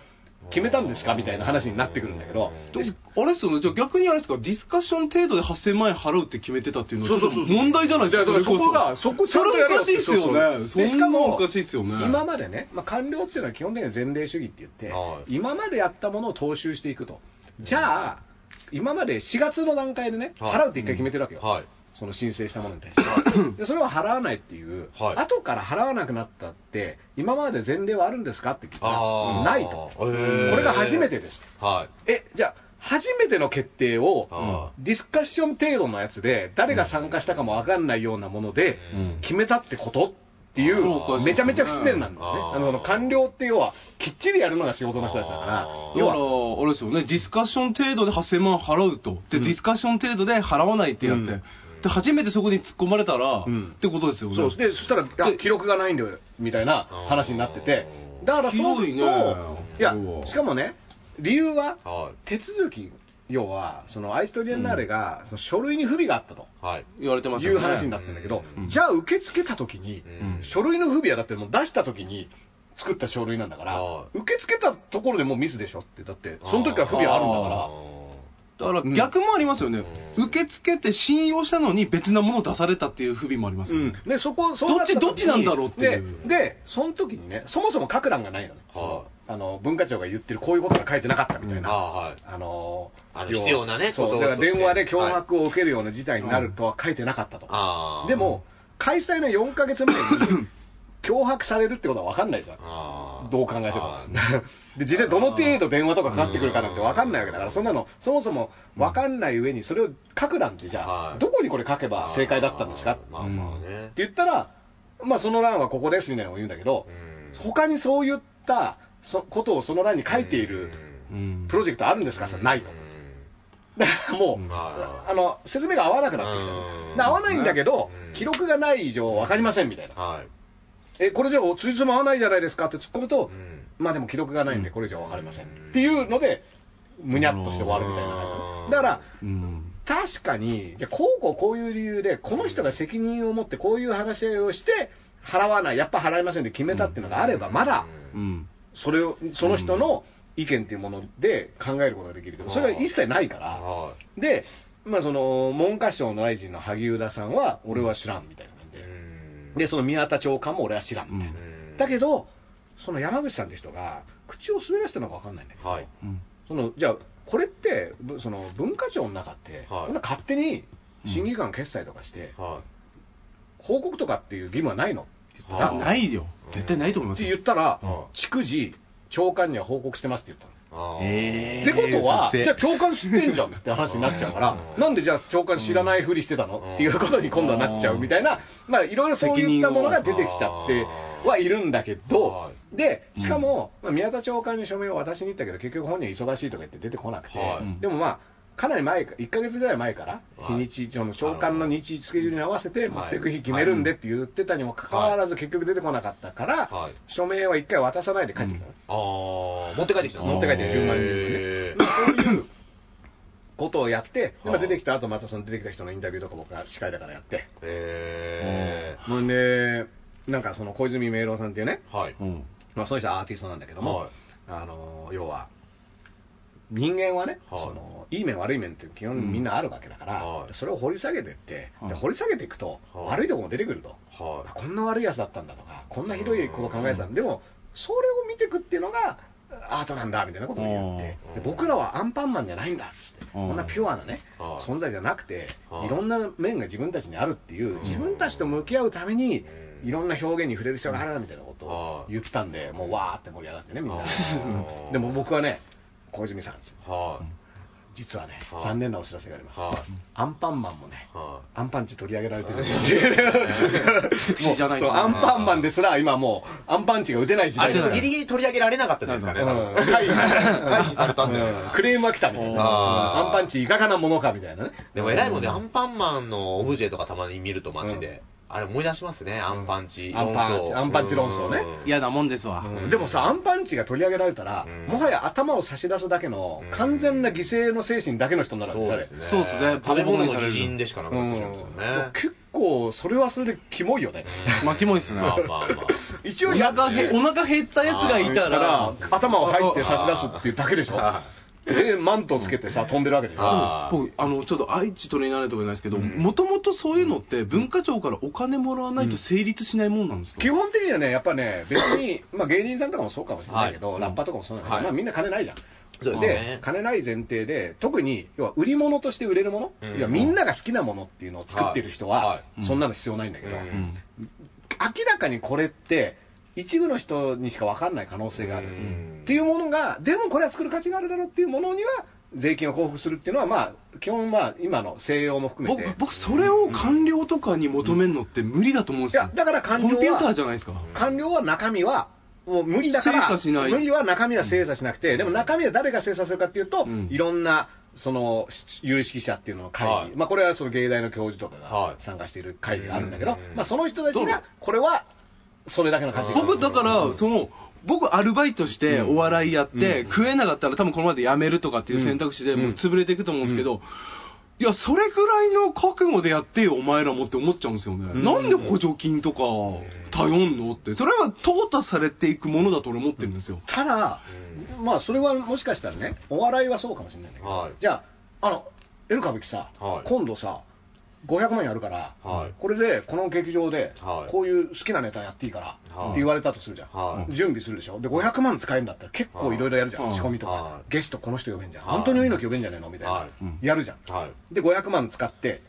決めたんですかみたいな話になってくるんだけど、であれっすよね、じゃあ逆にあれですか、ディスカッション程度で8000万円払うって決めてたっていうのは、ちょっと問題じゃないですか、そうそうそういれやだからそこがそこちゃそんとれやおろうかしいですよね、そうそうそうそんなのおかしいですよね。今までね、まあ、官僚っていうのは基本的に前例主義って言って、はい今までやったものを踏襲していくと、じゃあ、今まで4月の段階でね、はい払うって一回決めてるわけよ、はい。その申請したものに 対して、でそれを払わないっていう、はい後から払わなくなったって、今まで前例はあるんですかって聞いたあら、あ。ないと、こへーれが初めて。です。はい。え、じゃあ、初めての決定をあディスカッション程度のやつで、誰が参加したかも分かんないようなものでうん決めたってことっていそうう、かめちゃめちゃ不自然なんですね、あーあのその官僚って要は、きっちりやるのが仕事の人たちだからあ、ー要だから、は、あれですよね、ディスカッション程度で8000万払うと、で、ディスカッション程度で払わないってやって、うんで初めてそこに突っ込まれたら、うんってことですよね。そうでそしたら、いやで記録がないんだよみたいな話になってて、だからそうするひとどいね、いやう、わしかもね、理由はは手続き、要は、そのアイストリエンナーレが、その書類に不備があったと。い。はい。言われてますいようね。話になってるんだけど、うんじゃあ受け付けたときに、うん書類の不備はだってもう出したときに作った書類なんだからは、い受け付けたところでもうミスでしょって、だって、その時から不備あるんだあかだから逆もありますよね、うん受け付けて信用したのに別なものを出されたっていう不備もありますよね。ら、うん、でそこそうなた時にどっちどっちなんだろうっていうで、でその時にね、そもそも書く欄がないのね、はあの文化庁が言ってるこういうことが書いてなかったみたいあな、あ、はい。あのあの要は必要なねそうことをだから電話でとして脅迫を受けるような事態になるとは書いてなかったと、ああ。でも、、開催の4か月前に脅迫されるってことは分かんないじゃん、ああ。どう考えてもあ。 で、実際どの程度電話とかかかってくるかなんて分かんないわけだから、そんなの、そもそも分かんない上に、それを書くなんて、じゃはあ、いどこにこれ書けば正解だったんですかっあーまあまあね。て言ったら、まあ、その欄はここですみたいなのを言うんだけどう、ん他にそういったそことをその欄に書いているうんプロジェクトあるんですかさ、ないとう。んだからもう、んあの説明が合わなくなってきちゃうう。んで合わないんだけどう、ん記録がない以上分かりませんみたいな。はい。え、これじゃあ、ついつま合わないじゃないですかって突っ込むと、うんまあでも記録がないんで、これ以上分かりません、うんっていうので、むにゃっとして終わるみたいなう感んじだから、うん確かに、じゃあこうこうこういう理由で、この人が責任を持ってこういう話し合いをして、払わない、やっぱ払いませんって決めたっていうのがあれば、まだううんんそれを、その人の意見っていうもので考えることができるけど、それは一切ないから、はい。で、まあ、その文科省の大臣の萩生田さんは、俺は知らんみたいな感じで、で、その宮田長官も俺は知らんみたいな。だけど、ど、その山口さんって人が、口を滑らせたのか分かんないんだけど、はい。うんそのじゃあ、これって、ぶその文化庁の中って、はいこんな勝手に審議官決裁とかして、は報告とかっていう義務はないのってい。なないようん絶対ないと思いますよ言ったらは、逐次、長官には報告してますって言ったの。あーえってことは、えーじゃあ長官知ってんじゃんって話になっちゃうからう、んなんでじゃあ長官知らないふりしてたの、うんっていうことに今度はなっちゃうみたいな、まあいろいろそういったものが出てきちゃってはいるんだけどは、で、しかも、まあ、宮田長官に署名を渡しに行ったけど、結局本人忙しいとか言って出てこなくて、はいでもまあ、かなり前か、1ヶ月ぐらい前から、はい日にち、その長官の日、スケジュールに合わせて持っていく日決めるんでって言ってたにもかかわらず、結局出てこなかったから、はい署名は1回渡さないで帰ってきたの。あー持って帰ってきたの持って帰って10万人へーまあそういうことをやって、はいまあ出てきた後またその出てきた人のインタビューとか僕が司会だからやって、へほんで、なんかその小泉明郎さんっていうね、ーはい。うんまあ、その人はアーティストなんだけども、はいあの要は、人間はね、はいそのいい面、悪い面って基本みんなあるわけだから、はいそれを掘り下げていって、はいで掘り下げていくと、はい悪いところも出てくると、あはこんな悪いやつだったんだとか、こんなひどいこと考えてたんだ、でも、それを見ていくっていうのがアートなんだみたいなことを言って、うんで僕らはアンパンマンじゃないんだっつって、うんこんなピュアなね、はい存在じゃなくて、はいいろんな面が自分たちにあるっていう、うん自分たちと向き合うために、いろんな表現に触れる必要があるみたいなことをはい言ってたんで、もうわーって盛り上がってね、みんなあ。ー でも僕はね、小泉さんです、い。は実はね、はい残念なお知らせがありまい。す。はアンパンマンもねい。、はアンパンチ取り上げられてるんですよセクシーじゃないそでうすアンねパンマンですら、今もう、アンパンチが打てない時い。あ、代ちょっだとギリギリ取り上げられなかったんですかね、多分うん会議会議されたんだようクレームが来たみたいな。あーアンパンチいかがなものかみたいなね。でも偉いもんね、アンパンマンのオブジェとかたまに見ると街で。あれ思い出しますね、アンパンチア論ンパンチ争。アンパンチ論争ねうん嫌なもんですわうんでもさ、アンパンチが取り上げられたら、うんもはや頭を差し出すだけのうん、完全な犠牲の精神だけの人になるわけそうですね。そうっすね食べ物の偉人でしかなくなってしまうんですようんでもね。結構、それはそれでキモいよ ね。まあキモいっすねまあまあまあ。一応おやっ腹へお腹減ったやつがいたら頭を入って差し出すっていうだけでしょ。 で、マントをつけてさ、飛んでるわけでしょ。あー僕あのちょっと愛知取りになるとかじゃないですけどもともとそういうのって文化庁からお金もらわないと成立しないもんなんですか基本的にはね、やっぱね、別 に、まあ芸人さんとかもそうかもしれないけど、はいラッパーとかもそうなんだけど、はいまあみんな金ないじゃん。そうですね金ない前提で、特に、要は売り物として売れるもの、うん要はみんなが好きなものっていうのを作ってる人は、はいはいそんなの必要ないんだけど、うんうん明らかにこれって、一部の人にしか分かんない可能性がある、うんっていうものが、でもこれは作る価値があるだろうっていうものには、税金を交付するっていうのは、まあ、基本は今の西洋も含め僕て。僕それを官僚とかに求めるのって無理だと思うんでいすよや、だからコ官僚ンはピューターじゃないですか官僚は中身は、もう無理だから、精査しない無理は中身は精査しなくて、でも中身は誰が精査するかっていうと、うんいろんなそのし有識者っていうのの会議、はいまあ、これはその芸大の教授とかはがい参加している会議があるんだけど、うんまあ、その人たちどうが、これはそれだけの価値がある僕だからその僕アルバイトしてお笑いやって、うん食えなかったら多分このままで辞めるとかっていう選択肢でうんもう潰れていくと思うんですけど、いやそれぐらいの覚悟でやってよお前らもって思っちゃうんですよね、うんなんで補助金とか頼んのってそれは淘汰されていくものだと俺思ってるんですよ、ただ、まあ、それはもしかしたらね、お笑いはそうかもしれないんだけど、はいじゃあ、あの、エル歌舞伎さ、はい今度さ、 500万円あるから、はいこれでこの劇場ではいこういう好きなネタやっていいからはいって言われたとするじゃん、はい準備するでしょで500万使えるんだったら結構いろいろやるじゃん、はい仕込みとか、はいゲストこの人呼べんじゃん、はいアントニオ猪木呼べんじゃねえのみたいな、はいうんやるじゃんはい。で500万使って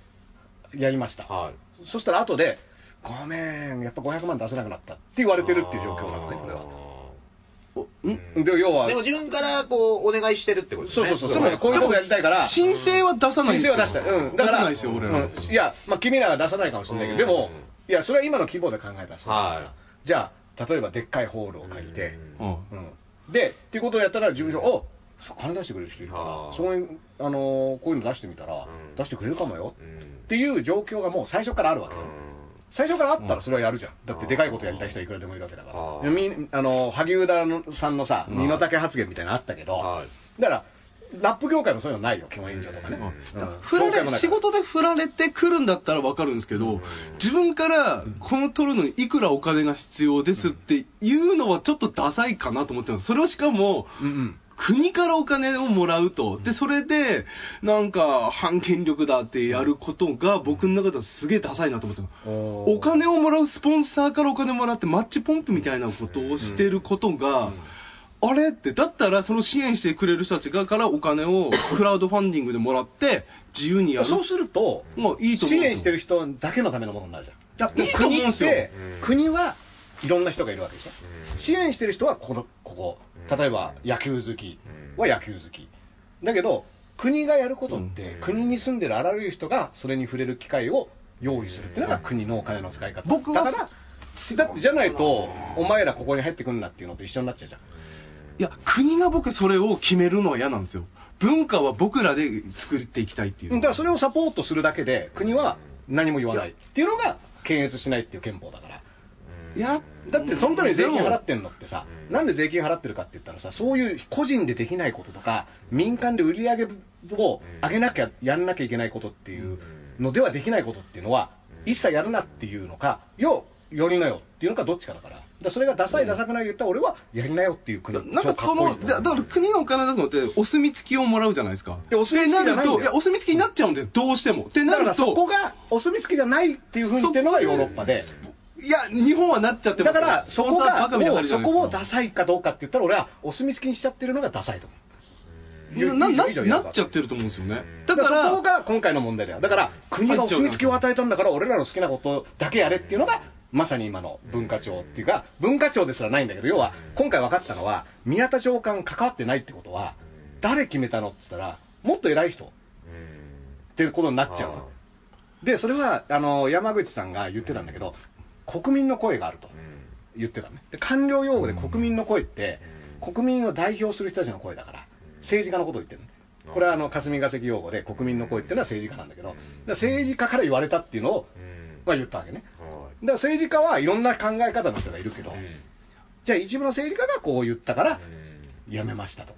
やりました、はい。そしたら後でごめんやっぱ500万出せなくなったって言われてるっていう状況なのねこれはんうんで要はでも自分からこう、お願いしてるってことですそうね。そうそう、そのこういうことやりたいから、申請は出さないん申請ですよは出した、うん、だ出かさら、ないですよ俺ら、うんいや、まあ、君らは出さないかもしれないけど、でも、いや、それは今の規模で考えたらそうなんですよはじゃあ、例えばでっかいホールを借りて、うんうんで、っていうことをやったら、事務所、おそう金出してくれる人いるかはら、いそこにあのーこういうの出してみたらう、ん出してくれるかもようん。うんっていう状況がもう最初からあるわけ。最初からあったらそれはやるじゃん、だってでかいことやりたい人はいくらでもいるわけだかあーら、みあの萩生田のさんのさ、うん身の丈発言みたいなのあったけど、はいだから、ラップ業界もそういうのないよ、基本委員長とかね。うんうんうん振ら業界もなれい仕事で振られてくるんだったら分かるんですけど、自分からこの取るのにいくらお金が必要ですっていうのはちょっとダサいかなと思ってます。それをしかも、うんうん国からお金をもらうと、で、それで、なんか、反権力だってやることが、僕の中ではすげえダサいなと思ってますおーお金をもらう、スポンサーからお金もらって、マッチポンプみたいなことをしてることが、あれって、だったら、その支援してくれる人たちがからお金をクラウドファンディングでもらって、自由にやる。そうすると、まあいいと思支うんですよ援してる人だけのためのものになるじゃん。だいいと思うんですよ国ってうん国はいろんな人がいるわけでしょ。うん支援してる人はこのこうこ、ん例えば野球好きうんは野球好き。だけど、国がやることって、うん国に住んでるあらゆる人がそれに触れる機会を用意するっていうのが国のお金の使い方。僕はだからだってじゃないと、お前らここに入ってくんなっていうのと一緒になっちゃうじゃん。いや、国が僕それを決めるのは嫌なんですよ。文化は僕らで作っていきたいっていう。だからそれをサポートするだけで、国は何も言わないっていうのが、検閲しないっていう憲法だから。いや、だってそのために税金払ってんのってさう、んなんで税金払ってるかって言ったらさ、そういう個人でできないこととか、民間で売り上げを上げなきゃ、やんなきゃいけないことっていうのではできないことっていうのは、一切やるなっていうのか、よ、よりなよっていうのか、どっちかだから。だからそれがダサい、ダサくない言ったら、俺はやりなよっていう国だなんかそ超の、っこいいだだから国がお金出すのって、お墨付きをもらうじゃないですか。いやお墨付きじゃないんだよってると、いや、お墨付きになっちゃうんです、どうしても。ってだなかるらそとこ、がお墨付きじゃないっていうふうにしてるのがヨーロッパで。いや、日本はなっちゃってまだすから、そこが、みたいにもなうるじゃそないですこかをダサいかどうかって言ったら、俺はお墨付きにしちゃってるのがダサいと思う。なな以上以上なっちゃってると思うんですよね。だだかから、そらこ、が今回の問題だよ。だから、国がお墨付きを与えたんだから、俺らの好きなことだけやれっていうのが、まさに今の文化庁っていうか、文化庁ですらないんだけど、要は、今回分かったのは、宮田長官関わってないってことは、誰決めたのって言ったら、もっと偉い人ってことになっちゃうの。で、それは、あの、山口さんが言ってたんだけど、国民の声があると。言ってたねで官僚用語で国民の声って、国民を代表する人たちの声だから、政治家のことを言ってるのこれはあの霞が関用語で、国民の声っていうのは政治家なんだけど、だから政治家から言われたっていうのを、まあ、言ったわけね、だから政治家はいろんな考え方の人がいるけど、じゃあ、一部の政治家がこう言ったから、やめましたと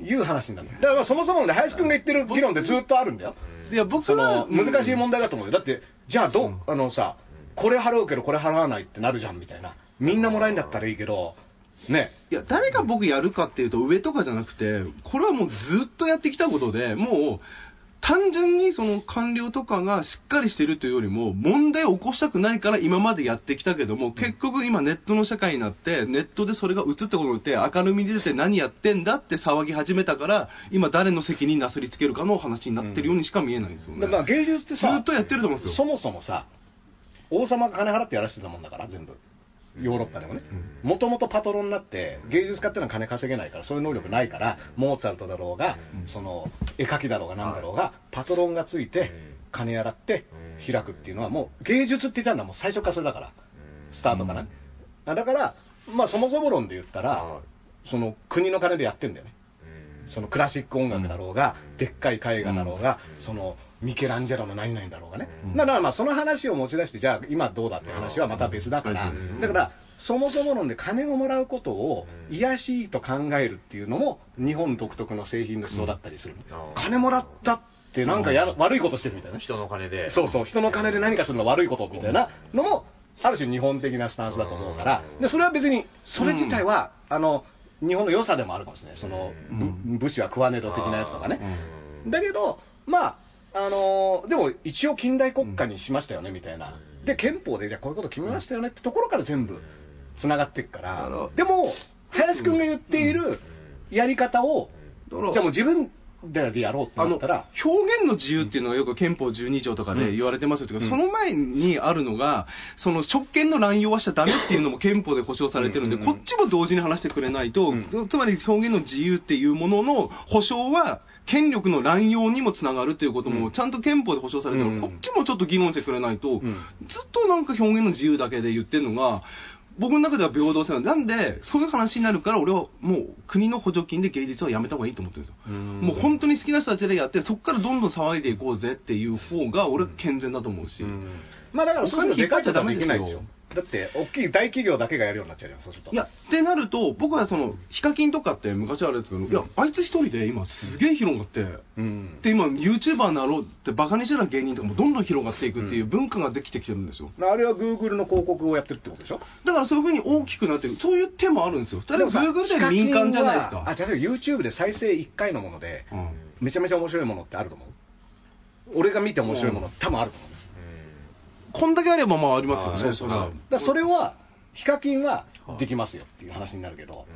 いう話になるだからそもそもね、林君が言ってる議論でずっとあるんだよ、いや、僕そのは、難しいん。問題だと思うよ、だって、じゃあどう、あのさ、これ払うけど、これ払わないってなるじゃんみたいな、みんなもらえんだったらいいけど、ね、いや、誰が僕やるかっていうと、上とかじゃなくて、これはもうずっとやってきたことで、もう、単純にその官僚とかがしっかりしてるというよりも、問題を起こしたくないから今までやってきたけども、結局今ネットの社会になって、ネットでそれが映ったことによって、明るみに出て何やってんだって騒ぎ始めたから、今誰の責任なすりつけるかの話になってるようにしか見えないですよね。だから芸術ってずさ、っとやってると思うんですそよ。もそもさ、王様が金払ってやらせてたもんだから、全部、ヨーロッパでもね、もともとパトロンになって、芸術家ってのは金稼げないから、そういう能力ないから、モーツァルトだろうが、その絵描きだろうが、なんだろうが、パトロンがついて、金洗ってうん開くっていうのは、もう芸術ってジャンルはもう最初からそれだから、スタートかな、あだから、まあ、そもそも論で言ったら、はその国の金でやってんだよね。そのクラシック音楽だろうが、でっかい絵画だろうが、そのミケランジェロの何々だろうがね、うんだからまあその話を持ち出して、じゃあ今どうだって話はまた別だから、うんだから、そもそも論で金をもらうことを癒やしいと考えるっていうのも、日本独特の製品の思想だったりする、うん金もらったって、なんかやら悪いことしてるみたいな、人の金で。そうそう、人の金で何かするのは悪いことみたいなのも、ある種日本的なスタンスだと思うから、でそれは別に、それ自体は、あの日本の良さでもあるかもしれない、その、うんぶ武士は食わねえど的なやつとかね。うんだけど、まあ、あのーでも一応近代国家にしましたよねみたいな、で憲法でじゃあこういうこと決めましたよねってところから全部つながっていくから、だからでも林くんが言っているやり方を、だからじゃあもう自分らでやろうってあなのったら表現の自由っていうのがよく憲法12条とかで言われてますけど、その前にあるのが、その職権の乱用はしちゃダメっていうのも憲法で保障されてるんで、こっちも同時に話してくれないと、つまり表現の自由っていうものの保障は、権力の乱用にもつながるということも、ちゃんと憲法で保障されてる、うんこっちもちょっと議論してくれないと、ずっとなんか表現の自由だけで言ってるのが、僕の中では平等性なんでなんで、そういう話になるから、俺はもう国の補助金で芸術はやめた方がいいと思ってるんですよ。もう本当に好きな人たちでやって、そこからどんどん騒いでいこうぜっていう方が、俺は健全だと思うし、まあだからそういうのでかいことはできないでしお金引っ張っちゃダメですよょだって大きい大企業だけがやるようになっちゃうじゃんそうするといや、ってなると、僕はその、ヒカキンとかって昔あるんですけど、いや、あいつ一人で今、すげえ広がって、うんで、今、YouTuber になろうって、バカにしてた芸人とかもどんどん広がっていくっていう文化ができてきてるんですよ。あれはグーグルの広告をやってるってことでしょだからそういうふうに大きくなっていく、そういう手もあるんですよ。例えば、Google で民間じゃないでヒカすか。キンはあ例えば YouTube で再生1回のもので、うんめちゃめちゃ面白いものってあると思う俺が見て面白いもの、多分あると思うんですこんだけあれば、まあ、ありますよね。あーそうそうそうだからだからそれはヒカキンはできますよっていう話になるけど、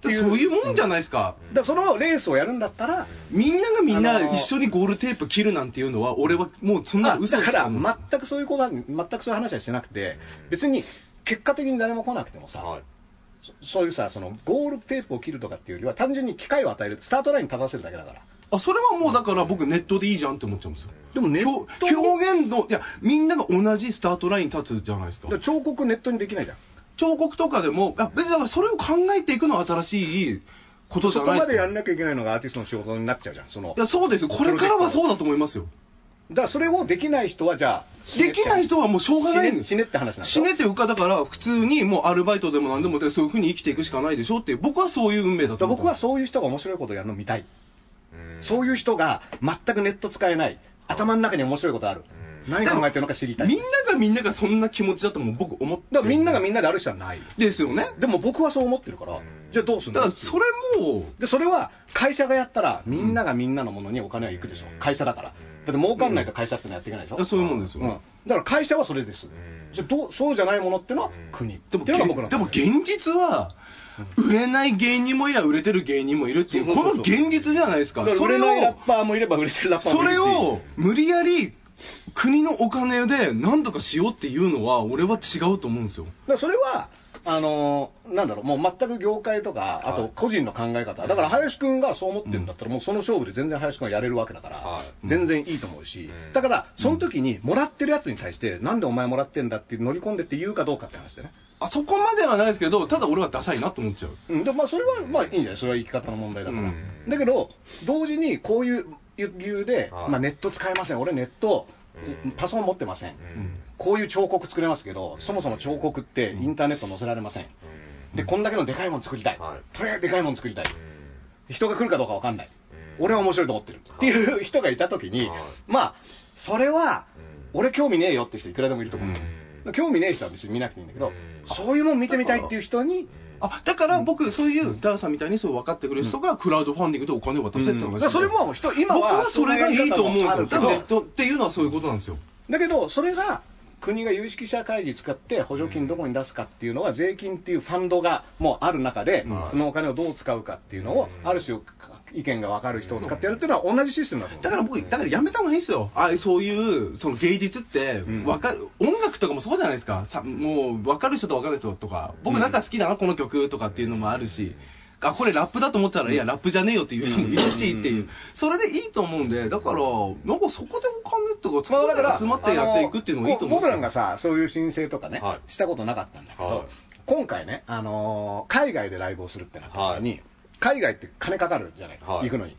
だからそういうもんじゃないですか。だからそのレースをやるんだったら、みんながみんあのなー一緒にゴールテープ切るなんていうのは、俺はもうそんなあの嘘だですからもう全くそういうことは全くそういう話はしてなくて、別に結果的に誰も来なくてもさ、そそういうさそのゴールテープを切るとかっていうよりは、単純に機会を与える、スタートラインに立たせるだけだから。あそれはもうだから僕ネットでいいじゃんって思っちゃうんですよでもネット表表現のいやみんなが同じスタートラインに立つじゃないですかだから彫刻ネットにできないじゃん。彫刻とかでもあ別にだからそれを考えていくのは新しいことじそゃこないでますかでやんなきゃいけないのがアーティストの仕事になっちゃうじゃん。そのいやそうですよこれからはそうだと思いますよだからそれをできない人はじゃあできない人はもうしょうがないんです死ね死ねって話なんでし死ょねっていうかだから普通にもうアルバイトでも何でもってそういうふうに生きていくしかないでしょっていう僕はそういう運命だだとから思う僕はそういう人が面白いことをやるの見たい、うんそういう人が全くネット使えない頭の中に面白いことある、何考えてるのか知りたいみんながみんながそんな気持ちだともう僕思っだからみんながみんなである人はないですよねでも僕はそう思ってるからじゃあどうするだのからそれもでそれは会社がやったらみんながみんなのものにお金は行くでしょ会社だからだって儲かんないと会社ってのはやっていけないでしょ、いやそういうもんですよ、うん、だから会社はそれです、じゃあどうそうじゃないものってのは国ってでいもうのが僕のでも現実は売れない芸人もいれば売れてる芸人もいるっていうそうそうそうそうこの現実じゃないですかだからそ売れれないラをッパーもいれば売れてるラッパーそもいるしれを無理やり国のお金で何とかしようっていうのは俺は違うと思うんですよだからそれは、あのーなんだろう、もう全く業界とか、あと個人の考え方、だから林くんがそう思ってるんだったら、もうその勝負で全然林くんはやれるわけだから、はい全然いいと思うし、んだから、その時にもらってるやつに対して、なんでお前もらってんだって乗り込んでって言うかどうかって話だよね。あそこまではないですけどただ俺はダサいなと思っちゃううん、でまあそれはまあいいんじゃない、それは生き方の問題だから。うんだけど、同時にこういう理由で、はいまあ、ネット使えません、俺、ネット、パソコン持ってません、こういう彫刻作れますけど、そもそも彫刻ってインターネット載せられません、でこんだけのでかいもの作りたい、はいとりあえずでかいもの作りたい、人が来るかどうかわかんない、俺は面白いと思ってるっていう人がいたときに、はいまあ、それはう俺、興味ねえよって人、いくらでもいると思う、う興味ねえ人は別に見なくていいんだけど、うんそういうもん見てみたいっていう人に。あだから僕そういうダーさんみたいにそう分かってくれる人がクラウドファンディングでお金を渡せってだ話からそれも人今は僕はそれがいいと思うんですよそうだいうからやり方もあネッるけどトっていうのはそういうことなんですよだけどそれが国が有識者会議使って補助金どこに出すかっていうのは税金っていうファンドがもうある中で、うんそのお金をどう使うかっていうのを、ある種意見が分かる人を使ってやるっていうのは同じシステムだと思うだから僕、だからやめた方がいいですよ。ああそういう、その芸術って、わかる、音楽とかもそうじゃないですか。さもう、わかる人とわかる人とか、僕なんか好きだな、この曲とかっていうのもあるし、あ、これラップだと思ったら、いや、ラップじゃねえよっていう人もいるしっていう、それでいいと思うんで、だから、なんかそこでお金とか、そまあこだからで集まってやっていくっていうのがいいと思うん僕ですらよ。がさそういう申請とかね、はしたことなかったんだけど、はい今回ね、あのー海外でライブをするってなった時に、は海外って金かかるじゃない、はい行くのに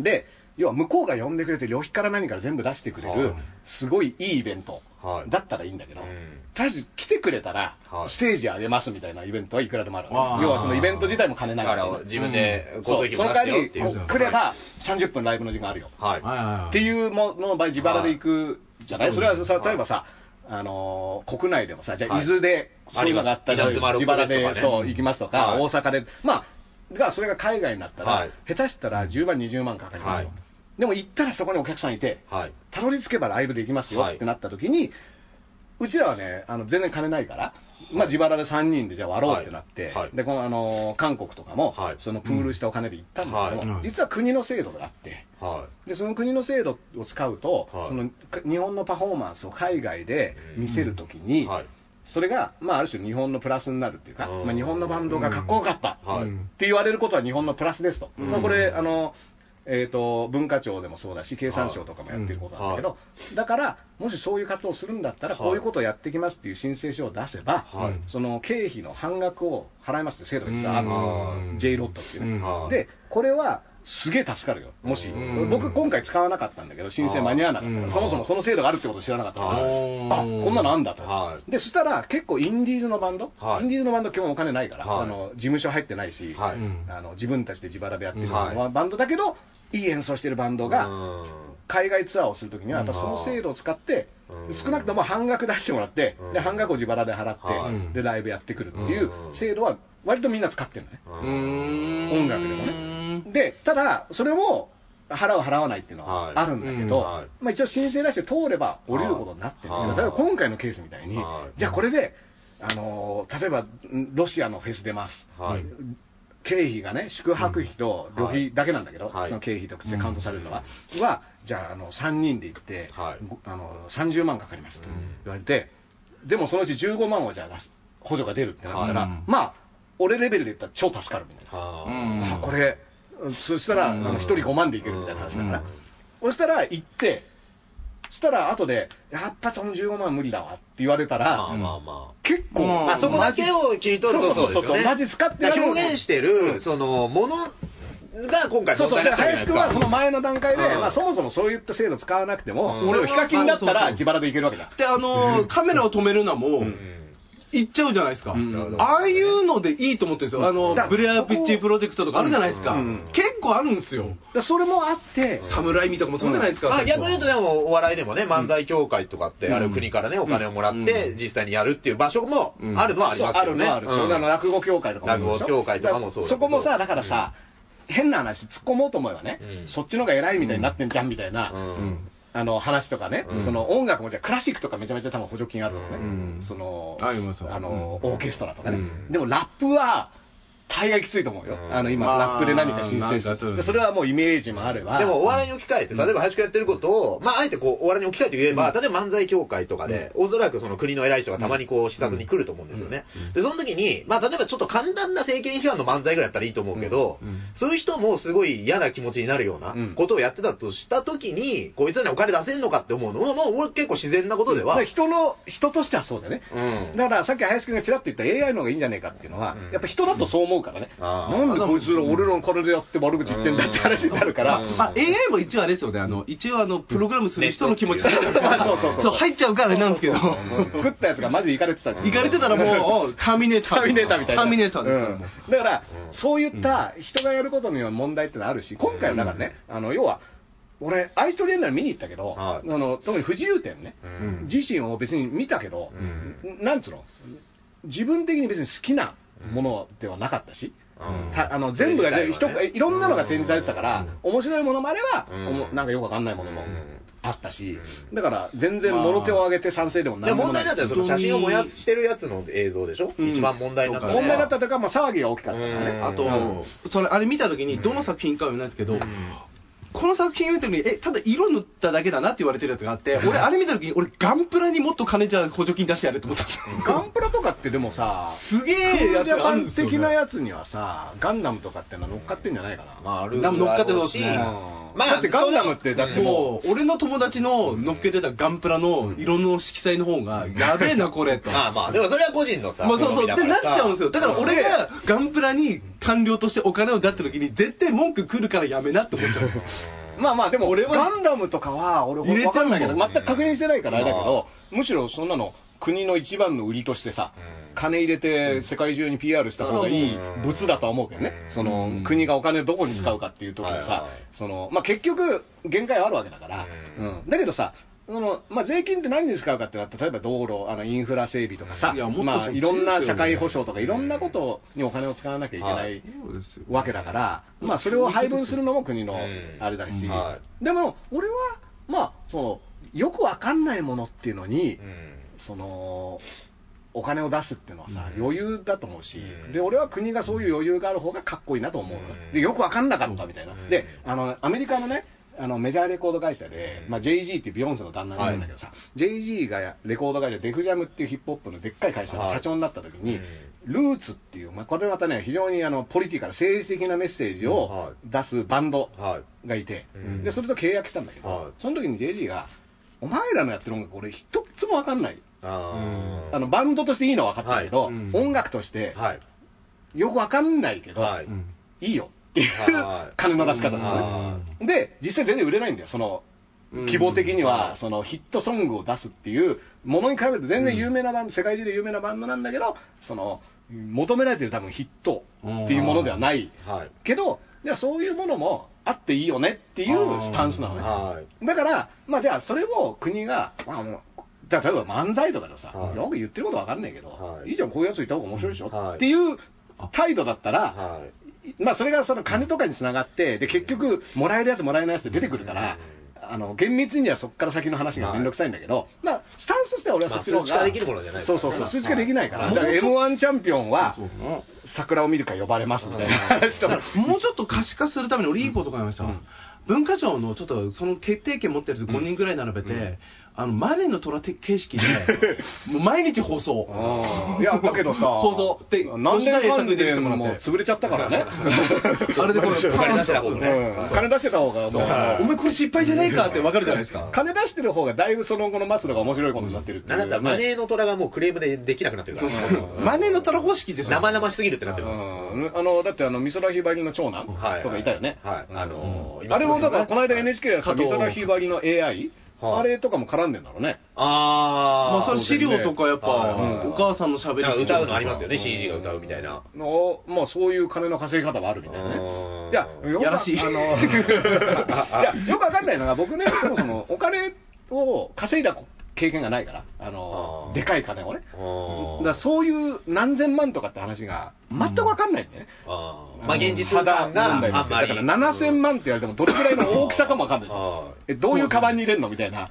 で要は向こうが呼んでくれて旅費から何から全部出してくれる、はいすごいいいイベントはいだったらいいんだけど、うんとりあえず来てくれたら、はいステージ上げますみたいなイベントはいくらでもあるわあけー要はそのイベント自体も金なだいかから、ら自分でそ交通費うそもの出して代わよっりていうこう来れば30分ライブの時間あるよ、はいはいはいはいっていうものの場合、自腹で行くじゃない、はいそれはさはい例えばさ、あのー国内でもさ、じゃあ、はい伊豆でありますがあったら、稲自妻ロックフェ腹スとかねでそう行きますとか、はい大阪で、まあ、がそれが海外になったら、はい下手したら10万、20万かかりますよ。はいでも行ったらそこにお客さんいて、はい。たどり着けばライブできますよはいってなった時に、うちらはね、あの全然金ないから、まあ、自腹で3人でじゃあ割ろうってなって、はいはいでこのあの韓国とかも、はいそのプールしたお金で行ったんだけども、うんはい実は国の制度があって。はでその国の制度を使うと、はいそのか日本のパフォーマンスを海外で見せるときに、い。はい。それが、まあ、ある種日本のプラスになるっていうか、うんまあ、日本のバンドがかっこよかったはい。って言われることは日本のプラスですと、うんまあ、これあの、えーと、文化庁でもそうだし、経産省とかもやってることなんだけど、はだから、もしそういう活動をするんだったら、はいこういうことをやってきますっていう申請書を出せば、はい。その経費の半額を払いますって制度が実はあるうの、ん J ロットっていうね。うんはい。で、これはすげえ助かるよ、もしうん、僕、今回使わなかったんだけど、申請間に合わなかったから、うんそもそもその制度があるってことを知らなかったから、あーこんなのあんだと、はでそしたら結構、インディーズのバンド、はいインディーズのバンド、基本お金ないから、はいあの事務所入ってないし、はい。うんあの、自分たちで自腹でやってるはいバンドだけど、いい演奏してるバンドが、うん海外ツアーをするときには、やっぱその制度を使ってうん、少なくとも半額出してもらってうん、で半額を自腹で払って、はいでライブやってくるっていううん制度は、割とみんな使ってるのね。ううんん。音楽でもねで、ただ、それも払う、払わないっていうのはいはあるんだけうんどはい、まあ一応申請出して通れば降りることになってるんだはいけど、例えば今回のケースみたいには、いじゃあこれで、あのー例えばんロシアのフェス出ます。はい。経費がね、宿泊費と旅費だけなんだけど、はいその経費としてカウントされるのは、はじゃああの、3人で行って、はいごあの30万かかりますと言われて、でもそのうち15万はじゃあ出す補助が出るってなったら、はいまあ、俺レベルで言ったら超助かるみたいな。はあこれ、そしたら、あうんの1人5万でいけるみたいな話だから、うんそしたら行って、そしたら後で、やっぱその15万無理だわって言われたあ。まあら、まあま結構、まああ。まあそこだけを切り取るとそうですよね。マジっすかってなるよね表現してる、その、ものが今回そう問そ題う、でだったじゃない林です君はか。その前の段階で、うんまあ、そもそもそういった制度使わなくても、うん俺をヒカキンだったら自腹でいけるわけだ。で、あのーカメラを止めるのも、行っちゃうじゃないですか。うんなるほどああいうのでいいと思ってるんですよ。あのだ、ブレアピッチプロジェクトとかあるじゃないですか。うんうん結構あるんですよ。でそれもあって、侍味とかもそうじゃないですか。あ最初逆に言うと、でも、お笑いでもね、漫才協会とかって、あれを国からね、お金をもらって、実際にやるっていう場所もあるのはありそうますあよるね。ね、ある。うんそれあの落語協会とかもそうでしょ落語協会とかもそうだけどだらそこもさ、だからさ、変な話、突っ込もうと思えばね、うんそっちのが偉いみたいになってんじゃんみたいな、うんあの話とかね、うんその音楽もじゃあクラシックとかめちゃめちゃ多分補助金あるのね、うんそのありますよあの、オーケストラとかね、うんでもラップは大概きついと思うよ、うんあの今、まあラップで何か申請すなるんかそうでそれはもうイメージもあれば、でも、お笑いに置き換えて、例えば、林くんやってることを、まあ、あえてこう、お笑いに置き換えて言えば、例えば漫才協会とかで、おそらくその国の偉い人がたまにこう、視察に来ると思うんですよね。で、その時に、まあ、例えばちょっと簡単な政権批判の漫才ぐらいだったらいいと思うけど、そういう人もすごい嫌な気持ちになるようなうんことをやってたとした時に、こいつらにお金出せんのかって思うのも、もう俺結構自然なことでだはから、人の人としてはそうだよね、うんだからさっき林君がちらっと言った AI の方がいいんじゃねえかっていうのは、うんやっぱ人だとそう思うからね、うんあなーんでこいつら俺らの金でやって悪口言ってんだって話になるから、うんまあ、AI も一応あれですよね、あの、一応あの、プログラムする人の気持ちが入っちゃうかまあそうそうそら、うそう、入っちゃうからあれなんですけど、作ったやつがマジでいかれてたじゃん行かれてたらもう、おターミネータター。ーミネーターみたいな。ターミネーターですから、もう。うんだから、うんそういった人がやることには問題ってのはあるし、今回はだからね、あの、要は、俺、アイストリアンナル見に行ったけど、はいあの、特に不自由展ね、うん自身を別に見たけど、うなんつうの、自分的に別に好きなものではなかったし、うんたあの全部が、自治体はね一いろんなのが展示されてたから、面白いものもあれば、うんおもなんかよくわかんないものもうんあったし、だから全然物手を挙げて賛成でもなでいも問ない題だったら、その写真を燃やしてるやつの映像でしょ、うん一番問題になったのは問題だったというか、まあ、騒ぎが大きかったからね。うんあと、それ、あれ見たときに、どの作品かは言えないですけど、この作品を見たときに、え、ただ色塗っただけだなって言われてるやつがあって、俺、あれ見たときに、俺、ガンプラにもっと金じゃ補助金出してやれって思った。ガンプラとかってでもさ、すげクえーやルつジャがあパるんンですよ、的ね。なやつにはさ、ガンダムとかってのは乗っかってんじゃないかな。まあ、あるでも乗っかってますねうんまあだってガンダムって、だってももう、俺の友達の乗っけてたガンプラの色の色彩の方が、やべえな、これ、と。まあまあ、でもそれは個人のさ、まあそうそ好みう、だってかなっらちさゃうんですよ。だから俺がガンプラに官僚としてお金を出った時に、絶対文句来るからやめなって思っちゃう。う、まあまあ、でも俺はガンダムとかは、俺、入れわてかんんもなんいけど、全く確認してないからあれだけまあど、むしろそんなの、国の一番の売りとしてさうん、金入れて世界中に PR した方がいいうん物だとは思うけどねう、んその国がお金どこに使うかっていうところでうんはいさはい、そのまあ結局、限界はあるわけだからう、うんだけどさ、そのまあ、税金って何に使うかっていうのは、例えば道路、あのインフラ整備とかさ、いやもっとまあ、そっちいろんなです社よ会保障とか、いろんなことにお金を使わなきゃいけなはいいそうですよわけだから、まあ、それを配分するのも国のうんあれだし、うんはでも、俺は、まあ、そのよくわかんないものっていうのに、うんそのお金を出すっていうのはさ、余裕だと思うし、うんで俺は国がそういう余裕がある方がかっこいいなと思うの、うんでよくわかんなかったみたいな、うんであのアメリカのねあのメジャーレコード会社で、うんまあ、JG っていうビヨンセの旦那がいるんだけどさ、JG がレコード会社、デフジャムっていうヒップホップのでっかい会社の社長になった時に、ルーツっていう、まあ、これまたね、非常にあのポリティカル、政治的なメッセージうんはを出すバンドはい。がいて、うんでそれと契約したんだけど、はいその時に JG が、お前らのやってる音楽、俺、一つもわかんない、あーあの、バンドとしていいのは分かったけど、はいうん音楽としてはい。よく分かんないけど、はいい、うんいよっていうはい金の出し方うんなあのね。で、実際全然売れないんだよ、そのうん希望的にうはんそのヒットソングを出すっていうものに比べて全然有名なバンド、世界中で有名なバンドなんだけど、その求められてる多分ヒットっていうものではないーはい。けど、じゃあそういうものもあっていいよねっていうスタンスなのね。はい。だから、まあ、じゃあ、それを国が、まあ、もうじゃあ例えば漫才とかでもさ、はいよく言ってることわかんないけど、はいい、いじゃん、こういうやついた方が面白いでしょ、はいっていう態度だったら、はい。まあ、それがその金とかにつながって、で結局、もらえるやつ、もらえないやつって出てくるから、あの厳密にはそこから先の話が面倒くさいんだけど、まあ、スタンスとしては俺はそっちの方が、まあ数値化できるものじゃないからそねうそうそう、数値化できないから、はいだから m 1チャンピオンはそう、そう桜を見るか呼ばれますみたいな話とだかか。らもうちょっと可視化するために俺いいこと考えました、うん文化庁のちょっとその決定権持ってるやつ5人ぐらい並べて、あのマネーの虎的形式でもう毎日放送いや、だけどさ、放送って何年間でもう潰れちゃったからね。あれでこれお金出した方がうんね。金出してた方が、もうお前これ失敗じゃないかってわかるじゃないですか金出してる方がだいぶその後の松野が面白いことになってるっていなう。んだったらマねネーの虎がもうクレームでできなくなってるから。マネーの虎方式ですよ生々しすぎるってなってうるから。んあのだってあの美空ひばりの長男はいとかいたよね、はいうんあのーあれもだからこの間はい NHK やった加藤美空ひばりの AI、はいあれとかも絡んでんだろうね、あー。まあ、それ資料とかやっぱ、うんお母さんの喋りなんか口と歌かうのありますよね、CG が歌うみたいな。のまあ、そういう金の稼ぎ方はあるみたいなね。いや、よくやらしいあ のいやよくわかんないのが、僕ね、そもそもお金を稼いだ経験がないから、あのあーでかい金をね。だあからそういう何千万とかって話が全くわかんないんだよね。あーのまあ現実感があん肌問題としてまり。だから7000万って言われても、どれくらいの大きさかもわかんないじゃんあえどういうカバンに入れるのみたい な。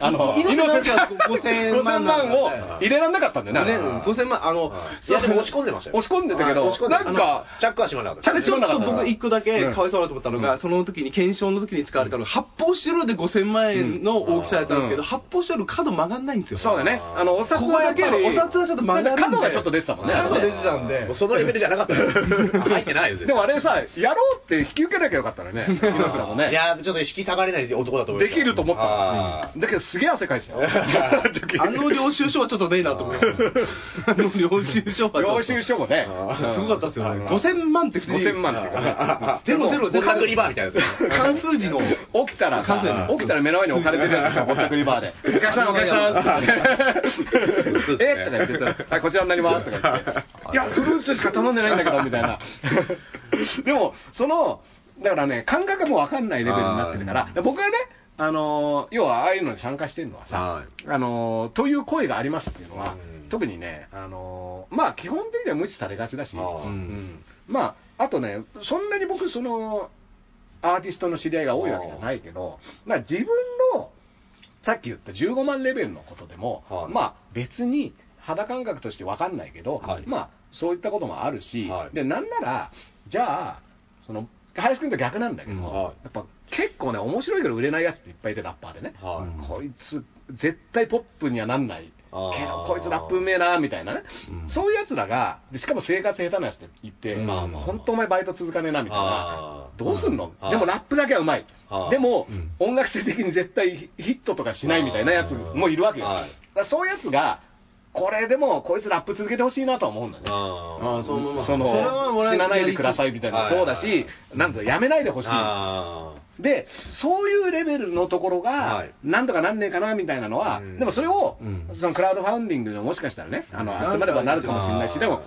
あの、猪瀬直樹は5000 5000万万を入れられなかったんだよね。ね、5000万、あの、いや、でも押し込んでましたよ。押し込んでたけどはい押し込でなんかあのチャックは閉まらなかったチャックち閉ょまっらなかとった僕一個だうけんかわいそうだなと思ったのが、その時に検証の時に使われたのが発泡スチロールで5000万円の大きさだったんですけど、うん発泡スチロール角曲がんないんですよ。そうだね。あの、お札ここはやだっけぱりお札はちょっと曲がるんで。角がちょっと出てたもんね。あ角の出ねてたんでもう。そのレベルじゃなかったよ。入ってないよ、絶対でもあれさ、やろうって引き受けなきゃよかったら ね、猪瀬さんもいね。や、ちょっと引き下がれない男だと思いでますきると思ったあのうんだけどすげえ汗かいてた よ。 ああの領収書はちょっとねえなと思いました。あの領収書はちょっと。 領収書もね、すごかったですよね。5000万って普通に5000万っていうかさ、ゼロゼローゼおロ。かずリバーみたいなやつ。 関数字の。起きたら数えなさい、起きたら目の前に置かれてるやつでしょ、ぼったくりバーで。 お客さん、お客さんそうって。ですね えとか言ってたら、はい、こちらになりますとか言って。いや、フルーツしか頼んでないんだけど、みたいな。 でも、その、だからね、感覚もわかんないレベルになってるから、僕はね、あのー要はああいうのに参加してるのははさ、あのーという声がありますっていうのは、うん特にね、あのーまあ基本的には無視されがちだし、あーうんまあ、あとね、そんなに僕、そのアーティストの知り合いが多いわけじゃないけど、まあ自分のさっき言った15万レベルのことでも、はいまあ別に肌感覚として分かんないけど、はいまあそういったこともあるし、はいでなんなら、じゃあ、その林君と逆なんだけど、うんはいやっぱ結構ね、面白いけど売れないやつっていっぱいいて、ラッパーでね。はいうんこいつ、絶対ポップにはなんない。けあーど、こいつラップうめえな、みたいなね。うんそういうやつらが、でしかも生活下手なやつって言って、まあまあ本当お前バイト続かねえな、みたいなあ。ーどうすんのあーでもラップだけはうまいあ。ーでもうん、音楽性的に絶対ヒットとかしないみたいなやつもいるわけよ。はいだからそういうやつが、これでもこいつラップ続けてほしいなとは思うんだね。あああ、そのまま。そのれは俺は死なないでくださいみたいな、はいはいそはういだし、なんとやめないでほしいあで、そういうレベルのところはがい、なんとかなんねえかなみたいなのは、うんでもそれを、うんそのクラウドファウンディングのもしかしたらね、あの集まればなるかもしれないし、あーでも、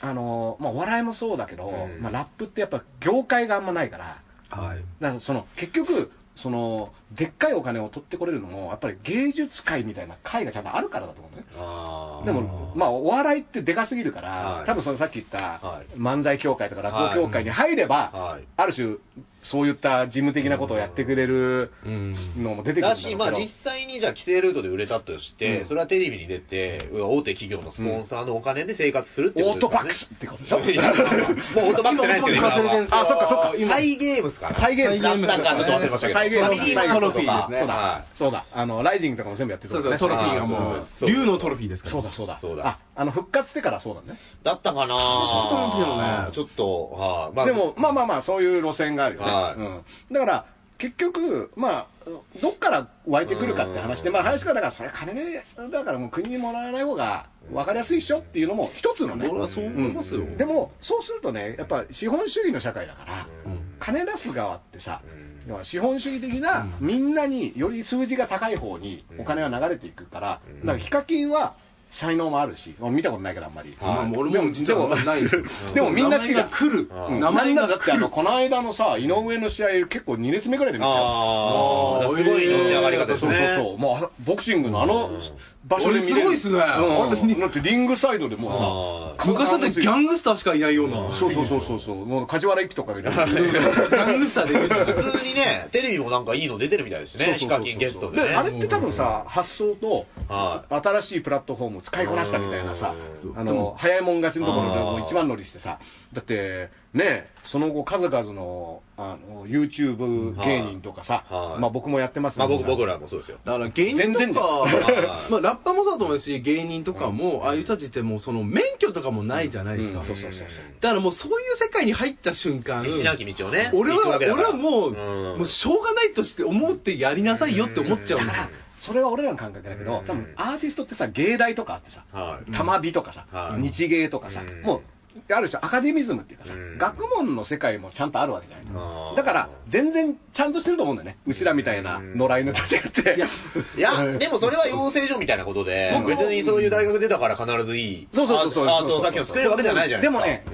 あのまあ、お笑いもそうだけど、うんまあ、ラップってやっぱ業界があんまないから、あ。はい。だからその結局、そのでっかいお金を取ってこれるのもやっぱり芸術界みたいな会がちゃんとあるからだと思うねあーでも、まあ、お笑いってでかすぎるから、はい多分そのさっき言った、はい漫才協会とか落語協会に入れば、はいある種、そういった事務的なことをやってくれるうん。のも出てくだるんだろうけし、どまあ実際にじゃあ規制ルートで売れたとして、うんそれはテレビに出て、大手企業のスポンサーのお金で生活するってオこーとトですよねバックスってことでしょ もうオートバックじゃないですけど、今今オートバックは。されてるんですよあそっかそっか。サイゲームスから。再現再現なんかちょっと忘れましたけど。再現ファミリーマートとか。そうだは、そうだ、あの、ライジングとかも全部やってるそうそう、トロフィーがもあーうそ、うそう竜のトロフィーですから。そうだ、そうだ。そうだあ、あの、復活してからそうだね。いだったかなそちょっと、はいまあでも、まあまあまあ、そういう路線があるよね。はいうん、だから、結局、まあ、どっから湧いてくるかって話で、うんまあ、話から、だから、それは金で、だからもう国にもらわない方が分かりやすいっしょっていうのも、一つのね、俺はそう思いますよんでも、そうするとね、やっぱ資本主義の社会だから、うん金出す側ってさ、うん要は資本主義的な、うんみんなにより数字が高い方にお金が流れていくから、うんだから、ヒカキンは才能もあるし、もう見たことないけど、あんまり。はいまあ、俺も実はないですけどでもみんな好きじゃん名前が来るうん。名前なんがだって、あの、この間のさ、井上の試合、結構2列目ぐらいで見たよ。ああ、うんすごいの仕上がり方そでうすそうね。そう。もうあの、ボクシングのあのうん場所で見れる。俺すごいっすねうんだってリングサイドでもあうさ、昔だってギャンググスターしかいないような。そうそうそうそうそう。もう梶原一騎とか いる。ギャングスターでいるから普通にね、テレビもなんかいいの出てるみたいですね。ヒカキンゲストでで、ね。あれって多分さ、発想と、は新しいプラットフォームを使いこなしたみたいなさう、あでのも早いもん勝ちのところであーもう一番乗りしてさ、だってね、その後、数々のあの YouTube 芸人とかさ、はいまあ、僕もやってますまあんで僕さ僕らもそうですよ。だから芸人全然とだかよは、いまあ、ラッパーもそうだと思うし、芸人とかも、ああいう人たちってもうその免許とかもないじゃないですか。うんそうそうそう そうだからもうそういう世界に入った瞬間、道なき道をね。俺行くはわけ俺だからはもう,、んもうしょうがないとして思ってやりなさいよって思っちゃううんだかだらそれは俺らの感覚だけど、多分アーティストってさ、芸大とかあってさ、はい。玉美とかさ、はい日芸とかさ、うんもう、ある種アカデミズムっていうかさ、うん学問の世界もちゃんとあるわけじゃないあーだから、全然ちゃんとしてると思うんだよね。うちらみたいな野良犬立てって。いや、いや、でもそれは養成所みたいなことで、僕も別にそういう大学出たから必ずいい。 そうそうそうそう。アートアート作品を作れるわけじゃないじゃないでですもか。ね、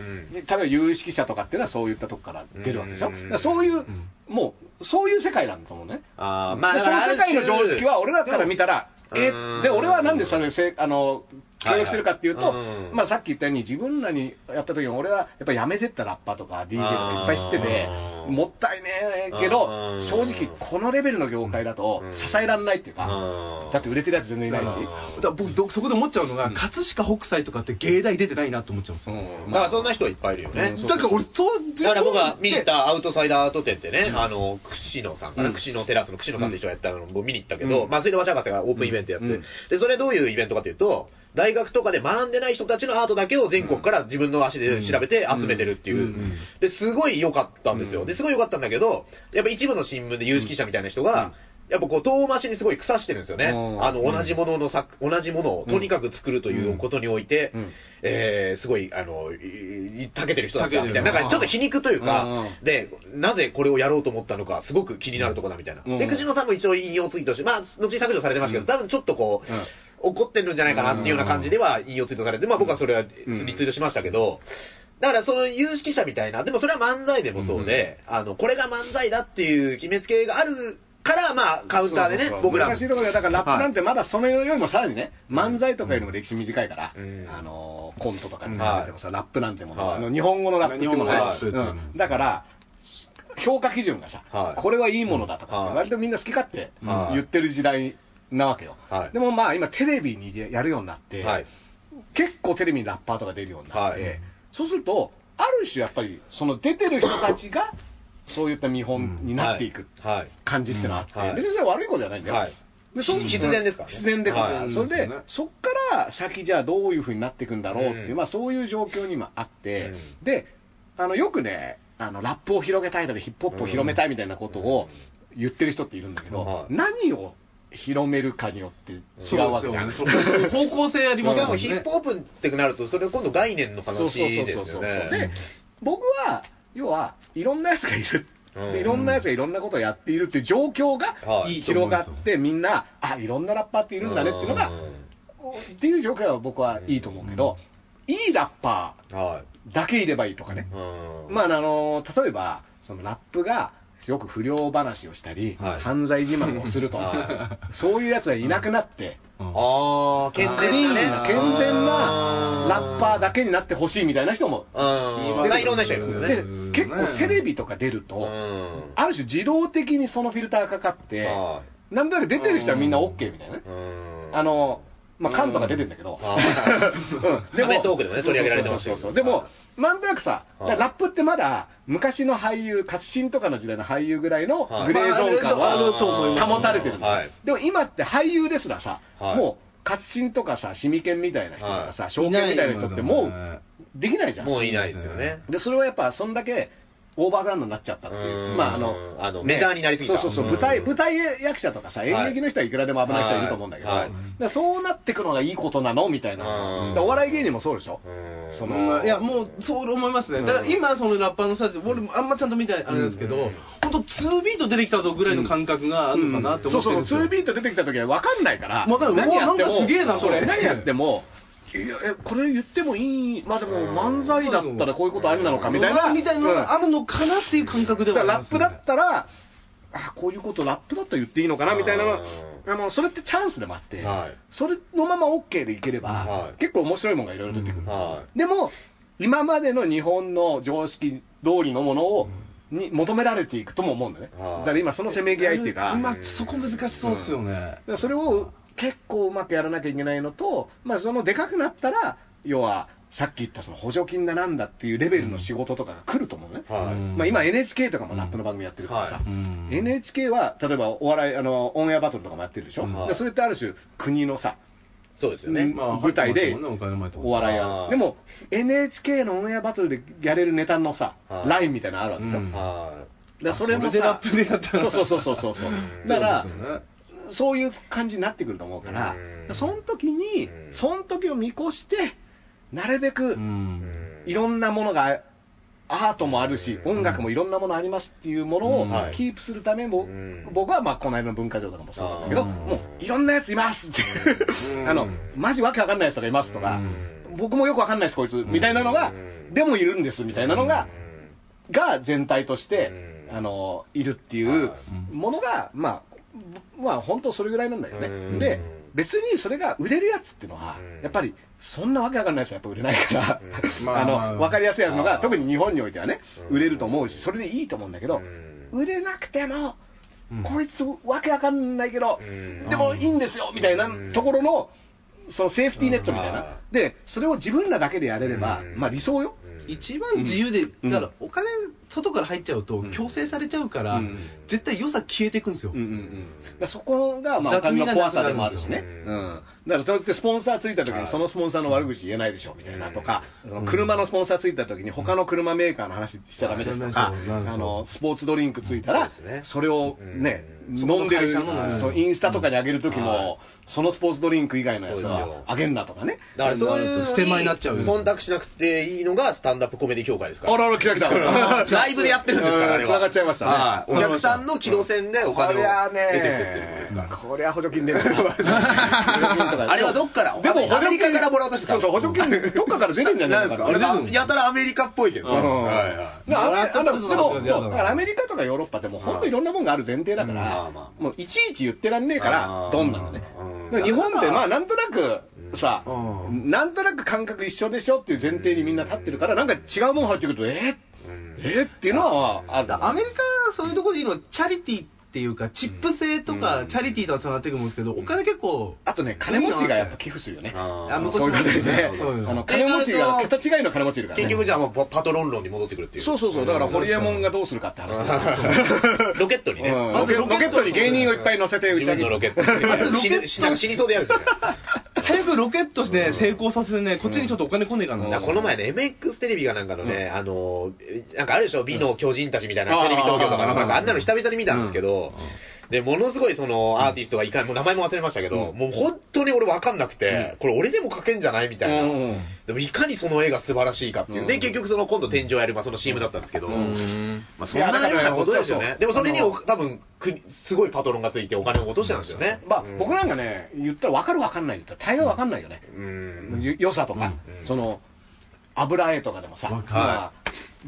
例えば有識者とかっていうのはそういったとこから出るわけでしょ。うんだからそういう、もう、そういう世界なんだと思うね。ああ、ままあ、あ、その世界の常識は、俺らから見たら、うんえうんで俺はなんでそれせあの協力してるかっていうと、はいはいうんまあ、さっき言ったように、自分らにやった時に、俺はやっぱやめてったラッパーとか DJ とかいっぱい知っててあ、ーもったいねえけどうん、正直、このレベルの業界だとうん支えられないっていうか、あだって売れてるやつ全然いないし、だから僕どそこで思っちゃうのが、葛飾北斎とかって芸大出てないなと思っちゃうんですよ、うんだからそんな人はいっぱいいるよねうん。そうだから俺そうだから僕が見に行っでたアウトサイダーアート展ってね、あの、串野さんかな、うん串野テラスの串野さんって人がやったのを見に行ったけうど、んまあ、水の場所博士がオープンイベントやって、うんで、それどういうイベントかというと、大学とかで学んでない人たちのアートだけを全国から自分の足で調べて集めてるっていう。うんうんで、すごい良かったんですうよ。んで、すごい良かったんだけど、やっぱ一部の新聞で有識者みたいな人が、やっぱこう遠回しにすごい腐してるんですよね。うんあの、同じものの作、同じものをとにかく作るということにおいて、うんえーすごい、あの、いい長けてる人たちだみたい長けな、てるなんかちょっと皮肉というか、うんうんで、なぜこれをやろうと思ったのか、すごく気になるとこだみたいな。うんで、藤野さんも一応引用ツイートして、まあ、後に削除されてますけど、うん多分ちょっとこう、うん怒ってるんじゃないかなっていうような感じでは引用ツイートされて、まあ僕はそれはリんツイートしましたけど、だからその有識者みたいな、でもそれは漫才でもそうで、あの、これが漫才だっていう決めつけがあるから、まあカウンターでね、僕らも難しいところで、だからラップなんてまだそれよりもさらにね、漫才とかよりも歴史短いから、うんあのーコントとかに比べてもさ、ラップなんてもの、はいあの日本語のラップっていうものね日本語のラップっていうのうんだから、評価基準がさ、はいこれはいいものだとか、はい割とみんな好き勝手はい言ってる時代なわけよ。はいでもまあ今テレビにやるようになって、はい。結構テレビにラッパーとか出るようになって、はいそうすると、ある種やっぱり、その出てる人たちが、そういった見本になっていく、はいはい感じっていうのはあって、うんはい別にそれは悪いことじゃないんだよ。はいでそ必然ですからね必然でから、はいそれで、うんそっから先じゃあどういうふうになっていくんだろうっていう、うんまあそういう状況にもあって、うんで、あのよくね、あのラップを広げたいとかヒップホップを広めたいみたいなことを言ってる人っているんだけど、はい何を広めるかによって違そううわけじゃん。ですよねそう方向性ありますでよもねヒップホップってなると、それは今度概念のそう話そうそうですそようそう。ねで。、僕は、要は、いろんなやつがいる。うんでいろんなやつがいろんなことをやっているっていう状況がはい広がって、みんな、あ、いろんなラッパーっているんだねっていうのが、っていう状況は僕はいいと思うけど、いいラッパはーだけいればいいとかね。い。うんまあ、あの、例えば、そのラップがよく不良話をしたり、はい犯罪自慢をすると は、そういうやつはいなくなって、ああ、健クリー全ンなな、ね。健全なラッパーだけになってほしいみたいな人も、うん。まあいろんな人いますよでね。結構テレビとか出ると、うん。ある種自動的にそのフィルターかかって、はなんだか出てる人はみんな OK みたいなねい。。うんあ、の、まあ、缶とか出てるんだけど、あー うんアメトークでもね取り上げられてましたそようそうそうそうでも、なんとなくさ、はいだからラップってまだ昔の俳優、活新とかの時代の俳優ぐらいのはいグレーゾーン感まああると思いますは保たれてるんだよはいでも今って俳優ですらさ、はいもう活新とかさ、シミケンみたいな人とかさ、証券みたいな人ってもうできないじゃん。もういないですよね。でそれはやっぱそんだけオーバーグラウンドになっちゃったっていうう、んまああのあのねメジャーになりすぎたそうそううそう、ん舞台舞台役者とかさ、演劇の人はいくらでも危ない人いると思うんだけど、はいはいでそうなってくのがいいことなのみたいうんな、でお笑い芸人もそうでしょ、うんそうんのいや、もう、そう思いますね。だから今、そのラッパーの人たち、俺もあんまちゃんと見てないあれですけど、ほんと2ビート出てきたぞぐらいの感覚があるのかなってそ思うってそるんう、で2ビーすよ。ト出てきた時は分かんないから、わかんない何やってうわもなんかすげえなそれ 何やっても、いやえこれ言ってもいい、まあでも漫才だったらこういうことありなのかみたいな、みたいなのうんがあるのかなっていう感覚でだかはあらラッりますプねだったら、あこういうことラップだったら言っていいのかなみたいなのはうあの、それってチャンスでもあって、はいそれのまま OK でいければ、はい結構面白いものがいろいろ出てくる、はでも、今までの日本の常識通りのものを、に求められていくとも思うんだね、はいだから今、そのせめぎ合いっていうか、今、そこ難しそうっすよね。だからそれを結構うまくやらなきゃいけないのと、まあ、そのでかくなったら、要はさっき言ったその補助金だなんだっていうレベルの仕事とかが来ると思うね。い。はうんい。まあ、今 NHK とかもラップの番組やってるからさ、はいうん NHK は例えばお笑いあのオンエアバトルとかもやってるでしょ、はいでそれってある種国のさ、そうですよね。うんまあ舞台で入ってますもんねお金も入ってますお笑いやあーでも NHK のオンエアバトルでやれるネタのさ、はいラインみたいなのあるわけでしょ、うんだかはらそれもさそれでラップでやったらそうそうそうそうそううんだからそうですよねそういう感じになってくると思うからうんその時うにんその時を見越してなるべうくい。うんんいろんなものがアートもあるし音楽もいろんなものありますっていうものをうんはいキープするためも、うん僕はまあこの間の文化庁とかもそうなんだけどあーもういろんなやついますってあのマジわけわかんないやつがいますとかうん僕もよくわかんないですこいつみたいなのがうんでもいるんですみたいなのがうんが全体としてうんあのいるっていうはものがまあまあ本当それぐらいなんだようねんで別にそれが売れるやつっていうのはうんやっぱりそんなわけわかんないやつはやっぱ売れないからうんまあ あまあのわかりやすいやつのあがー特に日本においてはねうん売れると思うしそれでいいと思うんだけどうん売れなくてもうんこいつわけわかんないけどうんでもいいんですよみたいなうんところのそのセーフティーネットみたいうんなでそれを自分らだけでやれればうんまあ理想ようん一番自由で、だからお金、外から入っちゃうとうん強制されちゃうから、うん絶対良さ消えていくんですよ。うんうんうんだからそこが、まあ、お金の怖さでもあるしね、雑味がなくなるうん、だからそうやってスポンサーついた時はいに、そのスポンサーの悪口言えないでしょみたいなとか、んあの車のスポンサーついた時に、他の車メーカーの話しちゃだめですとか、うんなるほどあのスポーツドリンクついたらそうですね、それをね、うん飲んでる、そこの会社のそうインスタとかに上げる時はいも、そのスポーツドリンク以外のやそつうですはよあげんなとかね。だからそういうのに捨て前になっちゃう忖度しなくていいのがスタンダップコメディ協会ですかあら。らあら、来た来た。 ライブでやってるんですから、あれつは。ながっちゃいましたね。はいお客さんの軌動線でおこ金れはをね出てくっていうことですから。これは補助金出るなあれはどっからでもアメリカからもらおうとしてたそうそう、補助金、どっかから出てんじゃないのか な。なんですかやたらアメリカっぽいけどね。うんはいはいだからあれもらったあこのとでもないそうだからアメリカとかヨーロッパでも本当いろんなもんがある前提だかうんまあらま、あもういちいち言ってらんねえかあーら、どんなのねうん。でも日本ってまあなんとなくさう、なんとなく感覚一緒でしょっていう前提にみんな立ってるから、なんか違うもん入ってくると、えうんーえーっていうのはあるだからアメリカはそういうところでいいのはチャリティーっていうか、チップ制とか、チャリティーとはつながっていくるんですけど、お金結構、あとね、金持ちがやっぱ寄付するよね。あーあ向こそういうことでねそういう、のあの金持ちが、桁違いの金持ちいるから結ね。局じゃあもうパパトロン論に戻ってくるっていう。そうそうそう、だからホリエモンがどうするかって話。ロケットにね。うんまロずケロケットに芸人をいっぱい乗せて、う自ちら分にの。ロケッまずトロに。ケ死ッぬ死トぬ死にそうでやるんですよね。早くロケットして成功させてね、こっちにちょっとお金来ねえかだな。からこの前ね、MX テレビがなんかのね、あの、なんかあるでしょ、美の巨人たちみたいな、うんテレビ東京とかの、あーなんかあんなの久々に見たんですけど、で、ものすごいそのアーティストがいかに、もう名前も忘れましたけど、もう本当に俺わかんなくて、これ俺でも書けんじゃないみたいな。うんでもいかにその絵が素晴らしいかっていう。で、結局その今度天井やる、まあその CM だったんですけど、うんまあそんなようなことですよいやねだから。でもそれにお多分、国すごいパトロンがついてお金を落としてたんですよね。まあうん、僕なんかね、言ったら分かる分かんないって言ったら、大概分かんないよね。うん。よ良さとかうん、その、油絵とかでもさ、わかるまあ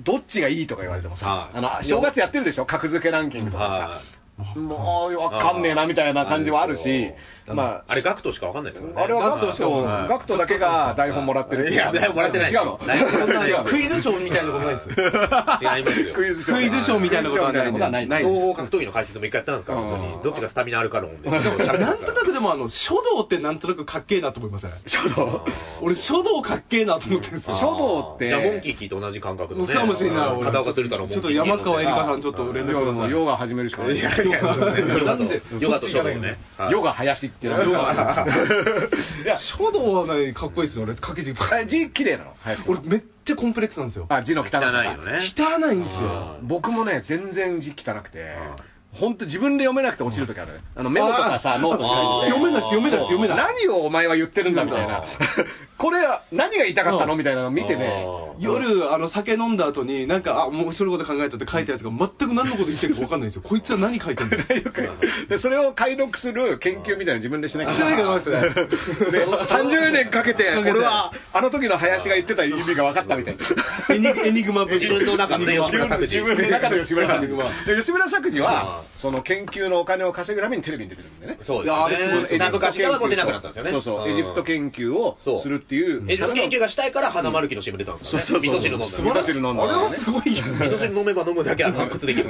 どっちがいいとか言われてもさは、いあの、正月やってるでしょ格付けランキングとかさ、もう、わかんねえなみたいな感じはあるし、まあ、あれ、ガクトしかわかんないですよね。あれはガクトしかも、はいガクトだけが台本もらってるっていや、台本もらってない違うの台本もらってないククイイズズシショョーーみみたたいいななここととなないいでですすよ。違いますよ。クイズショークイズショーみたいなことはないクイズショーみたいなことはないんだない総合格闘技の解説も一回やったんですから、本当うんに。どっちがスタミナあるか 論で。なんとなくでもあの、書道ってなんとなくかっけえなと思いません書道俺、書道かっけえなと思ってるんですよ。書道ってじゃあ、モンキーキーと同じ感覚のね。かもしれない俺片岡鶴太郎モンキちょーキっとーの山川エリカさんちょっと連絡くださいヨガ始めるしかない。いやヨガとヨガと書道ね。はいヨガ林ってなる。いや、書道はね、かっこいいですよ、俺、掛け軸。あ字綺麗なの俺、めっちゃコンプレックスなんですよ。あ、字の汚さ汚いよね。汚いんですよあ。僕もね、全然字汚くて、本当自分で読めなくて落ちる時ある。あの、メモとかさ、ノートに書いてて読めないです、読めないです、読めない。何をお前は言ってるんだみたいな。これは何が言いたかったのみたいなの見てね。あー夜、あの、酒飲んだ後に、なんか、あ、面白いこと考えたって書いたやつが全く何のこと言ってるか分かんないんですよ。こいつは何書いてんだよ。しで、それを解読する研究みたいなの自分でしなきゃいけないないかな、それ。で30年かけて、俺はあの時の林が言ってた意味が分かったみたいな。エニグエニグマ無事自。分の中のね、吉村作自治。分の中の吉村作治は。で吉村作治は、その研究のお金を稼ぐためにテレビに出てるんでね。そういでやあれすすごいエね。ジプト研究何部かしらが出なくなったんですよね。そうそう、んエジプト研究をそうするっていう。エジプト研究がしたいから花丸木の CM 出たんですからね。味噌汁飲んだ素晴らしいあれはすごいよね。味噌汁飲めば飲むだけあの発掘できる。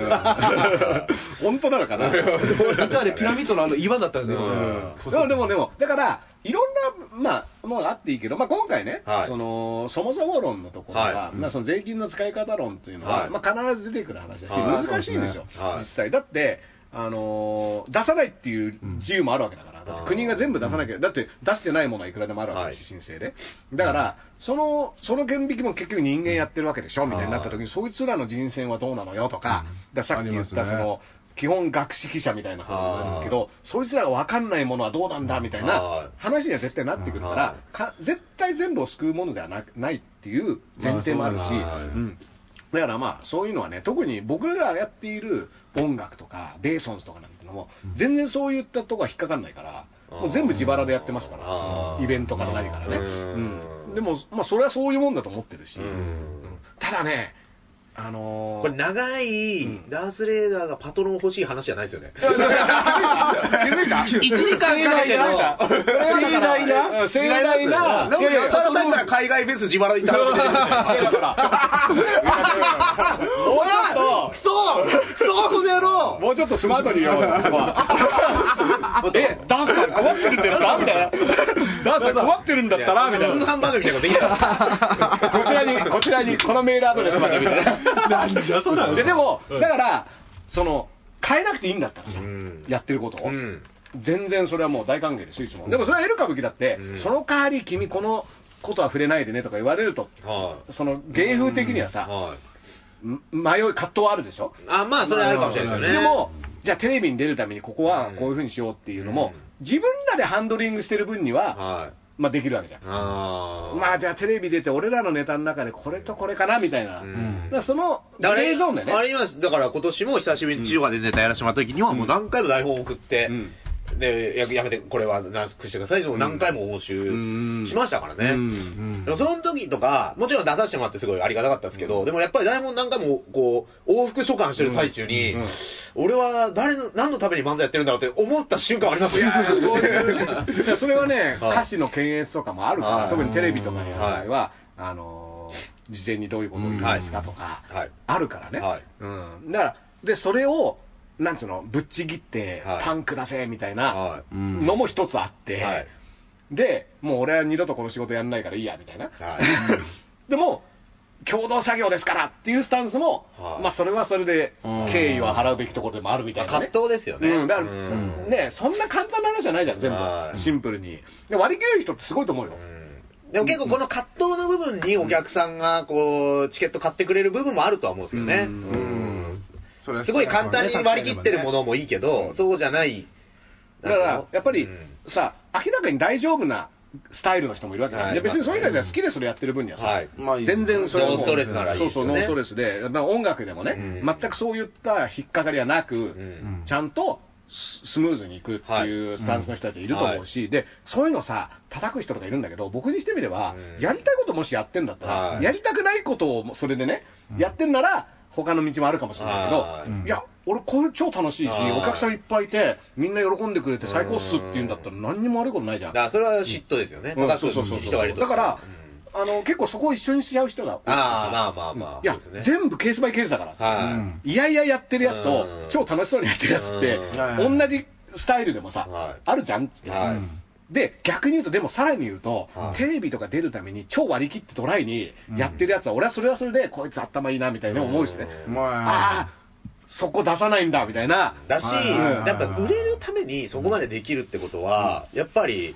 本当なのかな。実はね、ピラミッドのあの岩だったんで、うんでもでもでも、だから、いろんな、まあ、ものあっていいけど、まあ、今回ね、はいその、そもそも論のところは、はいまあ、その税金の使い方論というのは、はいまあ、必ず出てくる話だし、はい難しいんですよ、はい実際。だって、あのー出さないっていう自由もあるわけだから、だって国が全部出さなきゃ、だって出してないものはいくらでもあるわけだし、申請で。だから、その、その顕引きも結局人間やってるわけでしょ、みたいになった時に、そいつらの人選はどうなのよとか、だからさっき言ったそありますのね、基本学識者みたいなことになるけど、そいつらが分かんないものはどうなんだみたいはいな話には絶対なってくるかはら、か絶対全部を救うものではなないっていう前提もあるし、まあそうだなはいうんだからまあそういうのはね、特に僕らがやっている音楽とか、ベーソンズとかなんてのも、全然そういったとこは引っかかんないから、もう全部自腹でやってますから、あーそのイベントから何からね。ううんんでも、まあそれはそういうもんだと思ってるし、うんうんただね、あのーこれ長いダースレーダーがパトロン欲しい話じゃないですよね。 気づいた1時間かけての。盛大な盛大ななんかやたらさんから海外フェス自腹で行ったらだ からもうちょっクソクソこの野と郎もうちょっとスマートに言おうよそこは えダンスさん困ってるんですかみたいなダンスさん困ってるんだったらみたい通な販番組みたいなことできない。こちらにこちらにこのメールアドレスまでみたいななんじゃそらででもだからその変えなくていいんだったらさうんやってることをうん。全然それはもう大歓迎ですよ、いつも。でもそれはエル歌舞伎だって、うんその代わり君このことは触れないでねとか言われると、は。その芸風的にはいさ、はい。ん迷い、葛藤はあるでしょ、あ、まあ、それあるかもしれないですよね。でも、じゃあテレビに出るためにここはこういうふうにしようっていうのも、自分らでハンドリングしてる分には、はい。まあできるわけじゃん。あーまあじゃあテレビ出て俺らのネタの中でこれとこれかなみたいな、うんだからそのだからグレーゾーンだよね。あれ今、だから今年も久しぶりに中華でネタやらせてもらった時には、もう何回も台本送って、で、ややめて、これはなくしてくださいでも何回も応酬しましたからね。でもその時とか、もちろん出させてもらってすごいありがたかったですけど、でもやっぱり台本何回もこう、往復書簡してる最中に、俺は誰の、何のために漫才やってるんだろうって思った瞬間ありますよ。 そういういやそれはね、はい歌詞の検閲とかもあるから、はい特にテレビとかにやる場合は、あのー事前にどういうことを言うんですかとか、うんはいあるからね、はいうん、だからでそれをなんつうのぶっちぎって、はいパンク出せみたい はないのも一つあって、はいでもう俺は二度とこの仕事やんないからいいやみたいな、はい。 でも共同作業ですからっていうスタンスも、はいまあそれはそれでうん敬意は払うべきところでもあるみたいな、ね葛。藤ですよね。うん、だから、うんね、そんな簡単な話じゃないじゃん、全は部、いシンプルに。で割り切れる人ってすごいと思うよ。うんでも結構この葛藤の部分にお客さんがこう、チケット買ってくれる部分もあるとは思うんですけどね。うんそれはすごい簡単に割り切ってるものもいいけど、そうじゃない。だから、やっぱり、うんさ、明らかに大丈夫なスタイルの人もいるわけじゃんはいいや別にそれ以外じゃ好きでそれやってる分にはさ、はい。まあいいです全ね然それはもうノーストレスならいいそでうすそよう、ねノーストレスで、だから音楽でもね、うん全くそういった引っかかりはなく、うんちゃんとススムーズにいくっていうスタンスの人たちいると思うし、でそういうのさ叩く人とかいるんだけど僕にしてみれば、うんやりたいこともしやってんだったら、はいやりたくないことをそれでね、やってんなら他の道もあるかもしれないけど、はいいや俺これ超楽しいし、はいお客さんいっぱいいてみんな喜んでくれて最高っすって言うんだったら何にも悪いことないじゃんだからそれは嫉妬ですよね。うん叩くそうそうそうそう人がいると。だからうんあの結構そこを一緒にしちゃう人が多いからああ、まあさまあまあ。いや、そうですね。全部ケースバイケースだから、はい。うんいやいややってるやつうとん、超楽しそうにやってるやつってう、ん同じスタイルでもはさい、あるじゃんっつって。はいで、逆に言うと、でもさらに言うとは、いテレビとか出るために超割り切ってドライにやってるやつは、俺はそれはそれで、こいつ頭いいなみたいな思うしね、うんまああ、そこ出さないんだみたいな、だし、はいはいはいはいやっぱ売れるためにそこまでできるってことは、やっぱり、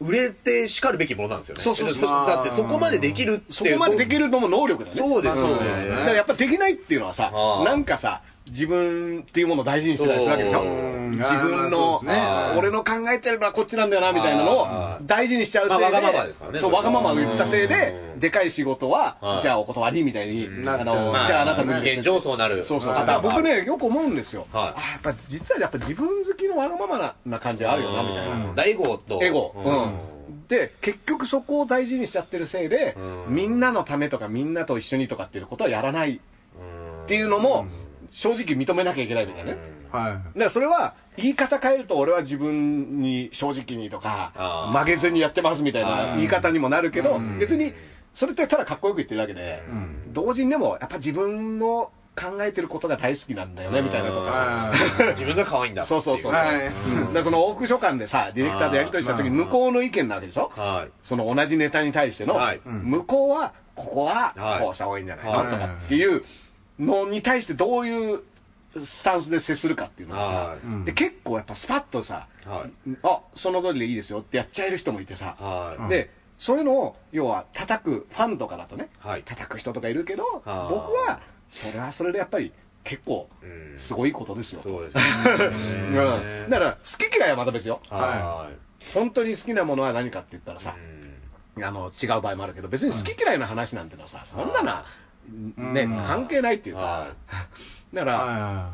売れてしかるべきものなんですよね。そうそうそうだってそこまでできるってそこまでできるのも能力だね。そうですよねんだからやっぱできないっていうのはさは、あなんかさ、自分っていうものを大事にしてたりするわけでしょ。そううん自分まのあそうですねあ、ー俺の考えてるのはこっちなんだよな、みたいなのを大事にしちゃうせいで、まあわがままですからねそそう、れわはがままを言ったせいでう、んでかい仕事はは、いじゃあお断りみたいに、なっちゃうまあじゃああなたまのあ意現見状そうなる。そうそうパターンもあ僕るね、よく思うんですはよ。いあやっぱ実はやっぱ自分好きのわがままなな感じあるよな、みたいな。うん大悟と。エゴ、うんで結局そこを大事にしちゃってるせいで、うんみんなのためとかみんなと一緒にとかっていうことはやらないっていうのも、正直認めなきゃいけないみたいなね、うんはだからそれは言い方変えると俺は自分に正直にとかあー曲げずにやってますみたいなあー言い方にもなるけど、うん別にそれってただかっこよく言ってるだけで、い。うん。同時にでもやっぱ自分の考えてることが大好きなんだよねみたいなとか。はい自分が可愛いんだってい。そうそうそうそう、はいうんだからその往復書簡でさ、ディレクターとやり取りした時に、あー向こうの意見なわけでしょ、はい。その同じネタに対しての、はいうん向こうは、ここははいこうした方がいいんじゃないの、はいとかっていうのに対して、どういうスタンスで接するかっていうのがはさ、いうんで結構やっぱスパッとさ、はい。あその通りでいいですよってやっちゃえる人もいてさ、はい。でそういうのを、要は叩く、ファンとかだとね、はい叩く人とかいるけど、僕あーはそれはそれでやっぱり結構うんすごいことですよ。そうですうね。ん、だから好き嫌いはまた別よ。は本当に好きなものは何かって言ったらい。さ、うんあの違う場合もあるけど、別に好き嫌いの話なんてのはさ、そんなな、うんね、うん関係ないっていうかは、だから、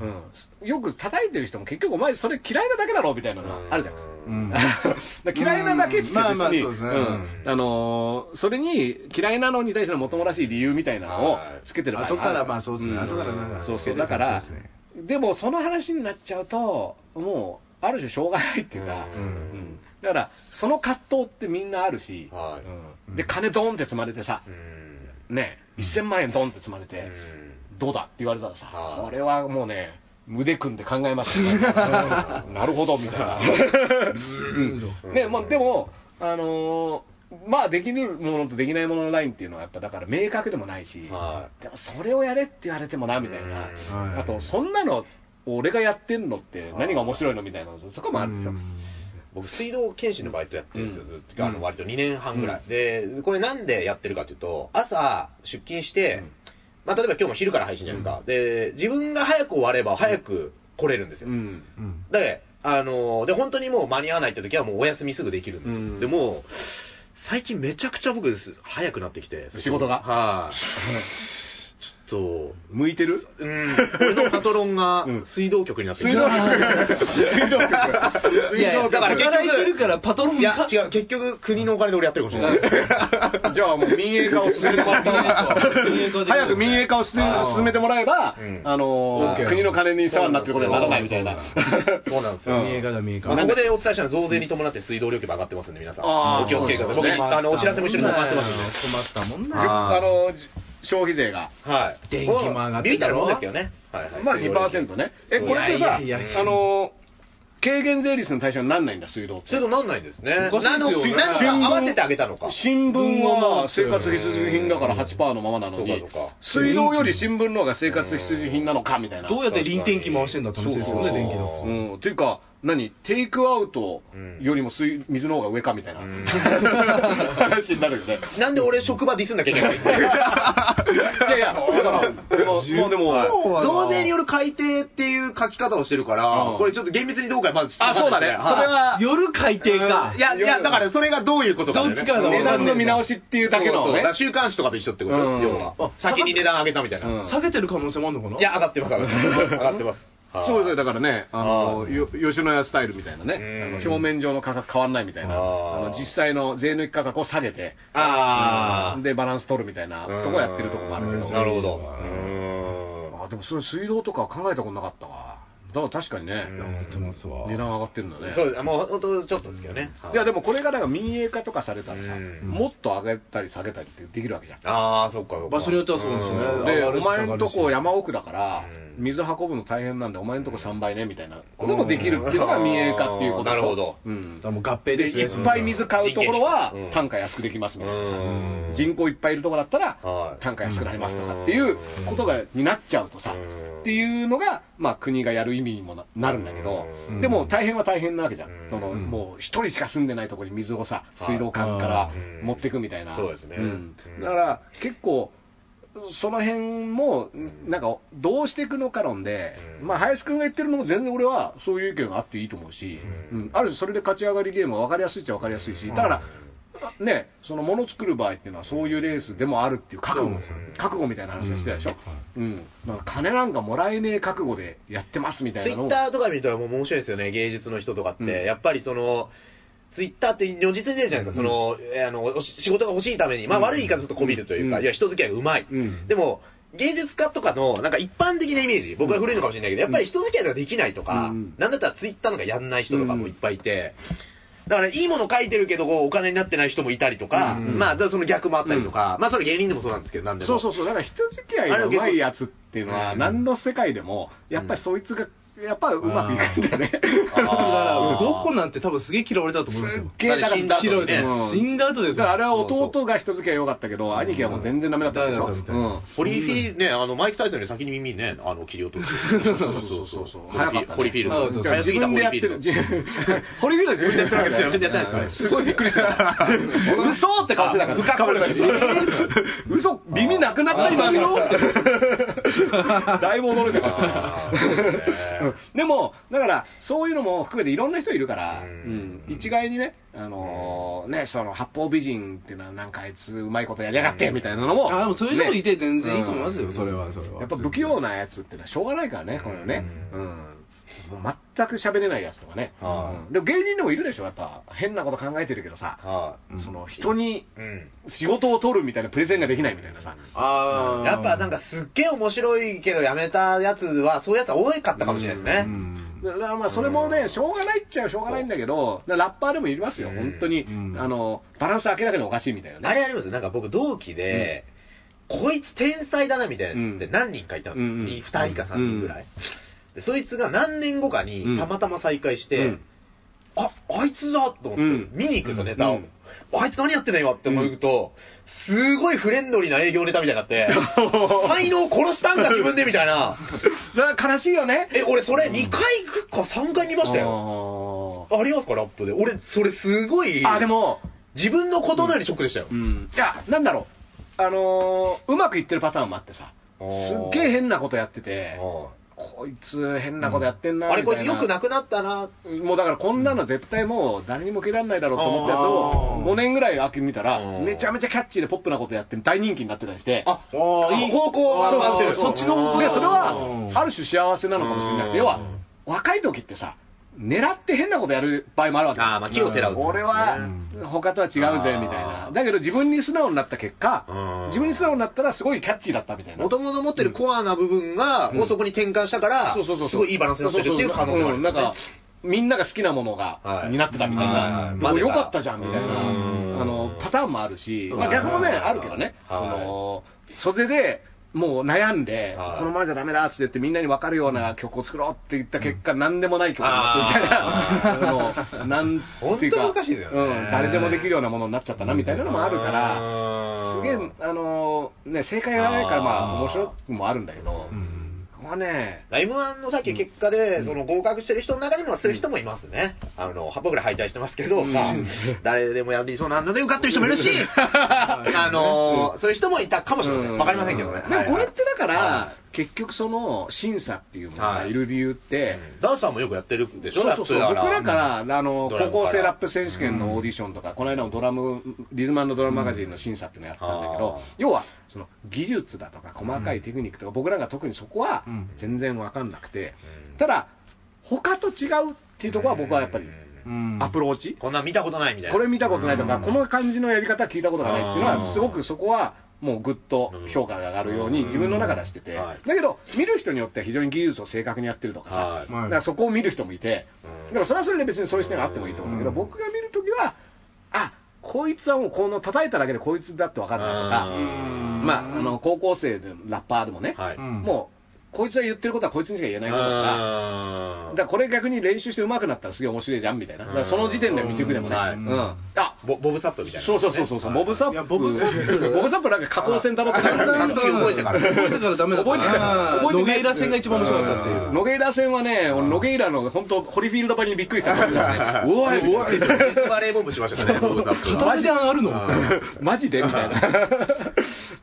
うん、よく叩いてる人も結局、お前、それ嫌いなだけだろみたいなのあるじゃん。ううん ん。だから嫌いなだけって別に、うんまあまあそうですねうんあのーそれに嫌いなのに対してのもともらしい理由みたいなのをつけてる場合後もあかるら、まあそうですね。ん後からなんかそうそう、だから、そうですねでもその話になっちゃうと、もう、ある種、しょうがないっていうか、うんうんだから、その葛藤ってみんなあるし、はうんで、金ドーンって積まれてさい。う、んね、1000万円ドンって積まれて、どうだって言われたらさ、はいこれはもうね、腕組んで考えます よねうんなるほど、みたいな。うんね、まあ、でも、あのーまあ、できるものとできないもののラインっていうのは、やっぱだから明確でもないし、はでもそれをやれって言われてもな、みたいな。うんはいあと、そんなの、俺がやってんのって何が面白いのみたいなのとかもあるでしょ。い。僕、水道検診のバイトやってるんですよ、うんずっと。あの割と2年半ぐらい。で、これなんでやってるかというと、朝出勤して、うんまあ、例えば今日も昼から配信じゃないですか。で、自分が早く終われば早く来れるんですよ。うんうんで、あのーで、本当にもう間に合わないって時はもうお休みすぐできるんですよ。うんでも、最近めちゃくちゃ僕です、早くなってきて。仕事がはい、ちょっ向いてると、うん、俺のパトロンがうん水道局になってき 水て道局水道局いやいやだから結局働いてるからパトロンいやか、違う、結局国のお金で俺やってるかもしれない。じゃあもう民営化を進めてもらった方が早く民営化を進め進めてもらえば、うんあのー OK 国の金に世話になってることにはならないみたいな。 そうなんですうよ。ん見え方見えまあ方。ここでお伝えしたのは増税に伴って水道料金が上がってますんで、皆さん。あーお気をつけください。そう僕、ですねあの、お知らせも一緒に回してますんで。困ったもんな。ああーのーじ消費税が。はい。電気も上がってビビるっだたらろもんですけどね。はいはい。まあ水道料金2%ね。え、これってさ、あいやいやいやのー軽減税率の対象にならないんだ、水道ってそれ。となんないんですね。おかしいなでのすよねなのか合わせてあげたのか。新聞は生活必需品だから8%のままなのにそうかそうか、水道より新聞の方が生活必需品なのかみたいな。どうやって臨転機回してんだって話ですよね、そう電気の。うん、というか、何、テイクアウトよりも水,、水の方が上かみたいな、話になるよね。なんで俺職場ディスんなきゃいけないのいやいや、だから、でも、もうでも、増税による改定っていう書き方をしてるから、うんこれちょっと厳密にどうかまずあ、そうだね、それは、夜回転かい。や、いや、だからそれがどういうことかだよね。どっちからだ値段の見直しっていうだけそうのそうだかねら。週刊誌とかと一緒ってこと、うん要はあ。先に値段上げたみたいな。うんい下げてる可能性もあるのかなや、上がってます、上がってます。上がってます。はいそうですね、だからね、あの、よ吉野家スタイルみたいなうんね。表面上の価格変わんないみたいな、あーあの実際の税抜き価格を下げて、ああ。でバランス取るみたいなとこやってるとこもあるけど、うんなるほど。あでもそれ水道とか考えたことなかったわ、だから確かにね、うんますわ値段上がってるんだね。そうです。もう本当ちょっとですけどね。いやでも。もこれがなんか民営化とかされたらさ、うんもっと上げたり下げたりってできるわけじゃん。ああ、そっかそっか。場所によってはそうですねんで、上がるおし前んとこ山奥だから、うん水運ぶの大変なんで、お前んとこ3倍ねみたいなこともできるっていうのが民営化っていうこととなるほどうんもう合併でですね。いっぱい水買うところはうん単価安くできますみたいなさ、うん人口いっぱいいるところだったはらい単価安くなりますとかっていうことがになっちゃうとさ、うんっていうのが、まあ、国がやる意味にもななるんだけど、うんでも大変は大変なわけじゃん、うんそのうんもう一人しか住んでないところに水をさ、はい水道管からうん持ってくみたいな、そうですねんうんだから結構、その辺もなんかどうしていくのか論で、うんまあ、林君が言ってるのも全然俺はそういう意見があっていいと思うし、ううんんある種それで勝ち上がりゲームは分かりやすいっちゃ分かりやすいし、だから、ね、そのもの作る場合っていうのはそういうレースでもあるっていう覚悟ですようん覚悟みたいな話をしてたでしょ、うん、なんか金なんかもらえねえ覚悟でやってますみたいツイなのッをターとか見るともう面白いですよね、芸術の人とかって。うんやっぱりその、ツイッターって如実に出るじゃないですか、その、えーあの、お仕仕事が欲しいために、まあ悪い言い方ちょっとこびるというか、うんいや、人付き合いがうまい。うんでも、芸術家とかの、なんか一般的なイメージ、僕は古いのかもしれないけど、やっぱり人付き合いができないとか、うんなんだったらツイッターなんかやんない人とかもいっぱいいて、だからいいもの書いてるけど、こうお金になってない人もいたりとか、うんまあ、だからその逆もあったりとか、まあそれ芸人でもそうなんですけど、なんでも。そうそうそう、だから人付き合いがうまいやつっていうのあれはは、結構何の世界でも、やっぱりそいつが、やっぱりうまくい くんだよね。あーだから、ゴッホなんて多分すげえ嫌われたと 思うんですよ。ゲーだから死んだ後嫌わにね。れた。死んだ後ですだからあれは弟が人付き合い良かったけど、兄貴はもう全然ダメだったでしょダメだったみたいうんなホリーフィール、ね、あの、マイク・タイソンより先に耳ね、あの、切り落とす。そうそうそうそうホリー早フィかールホったねリーフィールなるほド。ど早すぎ自た分ホでリやーっフィーてるルド。。 ホリビルは自分でやってるわけだ自よ分でやったんですかね。すごいびっくりした。嘘って顔してたから。深くれたり。嘘、耳なくなった今の。だいぶ驚いてまあしたーね。 でも、だから、そういうのも含めていろんな人いるから、ううんん一概にね、あのー、ね、その、八方美人っていうのは、なんかあいつうまいことやりやがって、みたいなのも。あ、でもそういう人もいてね全然いいと思いますよ、それは、それは。やっぱ不器用なやつってのはしょうがないからね、これはね。うん。もう全く喋れないやつとかね。はいうんでも芸人でもいるでしょ、やっぱ。変なこと考えてるけどさ、はうんその人にい。うん。仕事を取るみたいなプレゼンができないみたいなさ。あーやっぱなんかすっげえ面白いけどやめたやつは、そういうやつは多かったかもしれないですねう。んだからまあそれもね、しょうがないっちゃしょうがないんだけど、だからラッパーでもいますよ、うん本当にうん。あの、バランス明らかにおかしいみたいなね。あれありますなんか僕同期で、こいつ天才だなみたいなやつって何人かいたんですよ。うんうん2人か3人ぐらい。で、そいつが何年後かうにんたまたま再会して、うん あ、あいつだと思って、うん見に行くんですよ、ネタを。うんあいつ何やってんだ今って思うと、すごいフレンドリーな営業ネタみたいになっ て、才能殺したんか自分でみたいな。それは悲しいよね。え、俺それ2回行くか3回見ましたよ。よ。ありますか、ラップで。俺、それすごい、あ、でも、自分のことのようにショックでしたよ。うん、いや、なんだろう、あのーうまくいってるパターンもあってさ、すあーっげえ変なことやってて、あこいつ、変なことやってんあなあれこみれたいよくなくなったな。もうだから、こんなの絶対もう誰にも受けられないだろうと思ったやつあを、ー5年ぐらい秋見たうら、んめちゃめちゃキャッチーでポップなことやって、大人気になってたりして。あ、あーいい方向は合ってる。そうそうそっちの方向でねそれはある種幸せなのかもしれなういん要は若い時ってさ狙って変なことやる場合もあるわけあーまあ奇をてらう俺は他とは違うぜみたいあなーだけど自分に素直になった結果うん自分に素直になったらすごいキャッチーだったみたいなもともと持ってるコアな部分が、んをそこに転換したから、そうそうそうすごいいいバランスになってるっていう可能性もある、んなんかみんなが好きなものが、はいになってたみたいはいな、までがよかったじゃんみたいうな、んあのパターンもあるし、そうまあ、逆もね、あるけどね、はいその袖でもう悩んで、はいこのままじゃだめだって言って、みんなに分かるような曲を作ろうって言った結果、なんでもない曲になってるみたいな、あーあのなんていうか、本当難しいですよねうん、誰でもできるようなものになっちゃったなみたいなのもあるから。すげえ、あのね、正解がないから、まあ、面白くもあるんだけど、うんここはね、 M1 のさっき結果で、その合格してる人の中にもそういう人もいますね。あの、8歩ぐらい敗退してますけど、うんまあ、誰でもやりそうなんで受かってる人もい るし、あの、そういう人もいたかもしれませ。うんんわかりませんけどね。でもこれってだから、は結局その審査っていうものがはいいる理由って、ダンサーもよくやってるでしょ、そうそうそうラッ僕プだからだから、あのドラムから高校生ラップ選手権のオーディションとか、この間のドラムリズムドラムマガジンの審査っていうのやったんだけど、うんあー要はその技術だとか細かいテクニックとか、僕らが特にそこはうん全然わかんなくて、うんただ他と違うっていうところは僕はやっぱりうんアプローチ、こんなん見たことないみたいな。これ見たことないとか、うんこの感じのやり方聞いたことがないっていうのあは、ーすごくそこは、もうぐっと評価が上がるように、うん自分の中ではしてて、はいだけど、見る人によっては非常に技術を正確にやってるとかさ、はいだからそこを見る人もいて、うんだからそれはそれで別にそういう視点があってもいいと思うんだけど、うん僕が見るときは、あこいつはもうこの叩いただけでこいつだって分かんないとか、うんまあ、あの高校生でもラッパーでもね、はい。うんもうこいつは言ってることはこいつにしか言えないことだから。あだからこれ逆に練習して上手くなったらすげえ面白いじゃんみたいな。だからその時点では未熟でもね。はいうん。あ、ボボブサップみたいな、そうそうそうそうそう、ボブサッいやプ。ボブサップボブサップなんか加工線だろってああなある。の時覚えてから覚えてからダメだった覚えてたな。覚えてノゲイラ戦が一番面白かったっていう。ノゲイラ戦はね、俺ノゲイラの本当ホリフィールドばりにびっくりした。 おいおい。テニスバレーボールしましたね、ボブサップは。片手で上がるのうんマジでみたいな。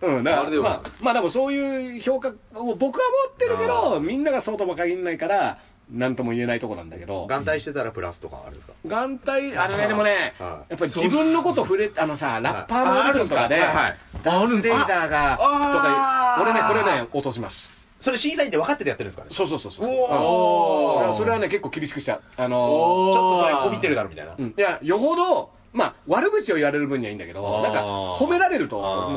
うん、だあかれでら、よまあ、まあでもそういう評価を僕は持ってるけあど、ーみんながそうとも限らないから、なんとも言えないとこなんだけど。眼帯してたらプラスとかあるんですか眼帯、あれね、でもねは、いやっぱり自分のこと触れ、あのさ、ラッパーのオーディションとかで、ああるんすかはいはいああるんダンすスかレーダーが、とあか、あー俺ね、これね、落とします。それ審査員って分かっててやってるんですかねそうそうそうそおう。ーうんだからそれはね、結構厳しくした。あのおーちょっとそれこびてるだろみたいな。ー、うんいや、よほど、まあ、悪口を言われる分にはいいんだけど、あーなんか、褒められると、あー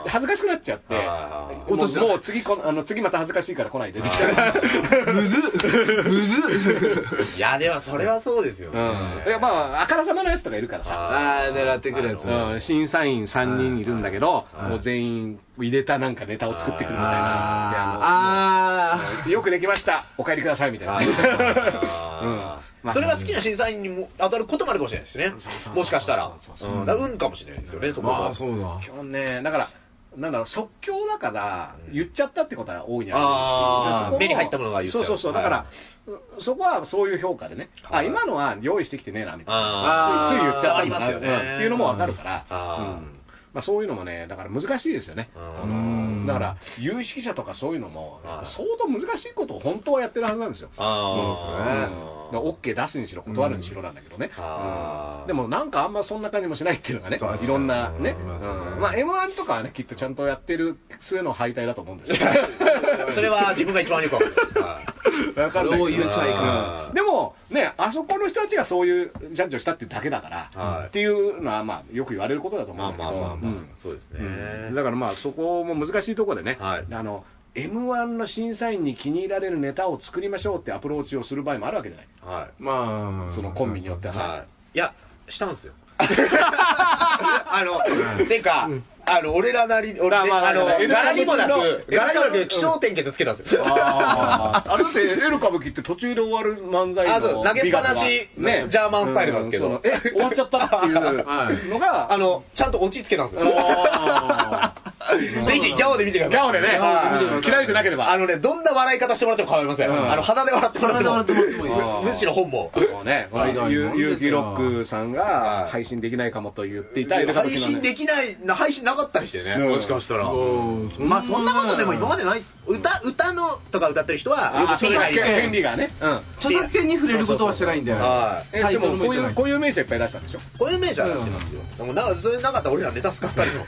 もう恥ずかしくなっちゃってあー、も落としうたもう次こん、あの、次また恥ずかしいから来ないで、みたいあな。 むずっむずっいや、でもそれはそうですようね。ん。いや、まあ、あからさまのやつとかいるからさ。あー狙ってくるやつねうん審査員3人いるんだけど、はいもう全員入れたなんかネタを作ってくるみたいな。あであのよくできました、お帰りくださいみたいな。 あうんまあそれが好きな審査員にも当たることもあるかもしれないですねそうそうそ。うもしかしたらそう。そうそううん、だから運かもしれないですよね、そーこは。まあそうだ基本ね、だから、なんだろう、即興だからう、ん言っちゃったってことは多いにあーあるしそこ目に入ったものが言っちゃうそうそうそはう、だいから、うそこはそういう評価でね、はあ、い今のは用意してきてねえな、みたいな。あつーいつい言っちゃったありんだまなすよねうんっていうのもわかるから、あーうんまあそういうのもね、だから難しいですよね。うんあのだから、有識者とかそういうのも、は相い当難しいことを本当はやってるはずなんですよ。あうんだから OK 出すにしろ断るにしろなんだけどね、あーうんでもなんかあんまそんな感じもしないっていうのがねそうですねいろんなね、うんうんまあ m 1とかはねきっとちゃんとやってる末の敗退だと思う んですよそれは自分が一番よくわかる。はいわかんないけどそう言っちゃいかんうんでもねあそこの人たちがそういうジャッジをしたってだけだから、はいっていうのはまあよく言われることだと思まうあんだまけあどまあうまんあ、そうですね。だからまあそこも難しいところでね、はいあの m 1の審査員に気に入られるネタを作りましょうってアプローチをする場合もあるわけじゃない、はい。まあそのコンビによってはさ、はい。いや、したんですよ。 あの、てか、あの、俺らなり、俺、まあまああの、まあ柄にもなく、エル柄カにもなブく、気象点検つけたんですよ。あーあれだって、エル歌舞伎って途中で終わる漫才のあそう投げっぱなし美学はジャーマンスタイルなんですけどうそのえ、終わっちゃったっていうのが、あの、ちゃんと落ち着けたんですよ。 あーぜひ、ギャオで見てください。ギャオでね、はい切られてなければ。あのね、どんな笑い方してもらっても構いません。うんあの、鼻で笑ってもらっても。鼻で笑ってもらってもいいむしろ本望。もうね、これはいはいゆゆうきロックさんはがい配信できないかもと言っていたエル歌舞配伎のね信できない、配信なかったりしてね、うんもしかしたら。うんまあそんなことでも今までない、歌、歌のとか歌ってる人は、あそれが権利がね。うん著作権に触れることはしてないんだよはいえ、でもこういタイトルも言ってなう、いこういう名詞いっぱい出したんでしょこういうイメージは出してますよ。でもなんか、それなかったら俺らネタすかすかですもん。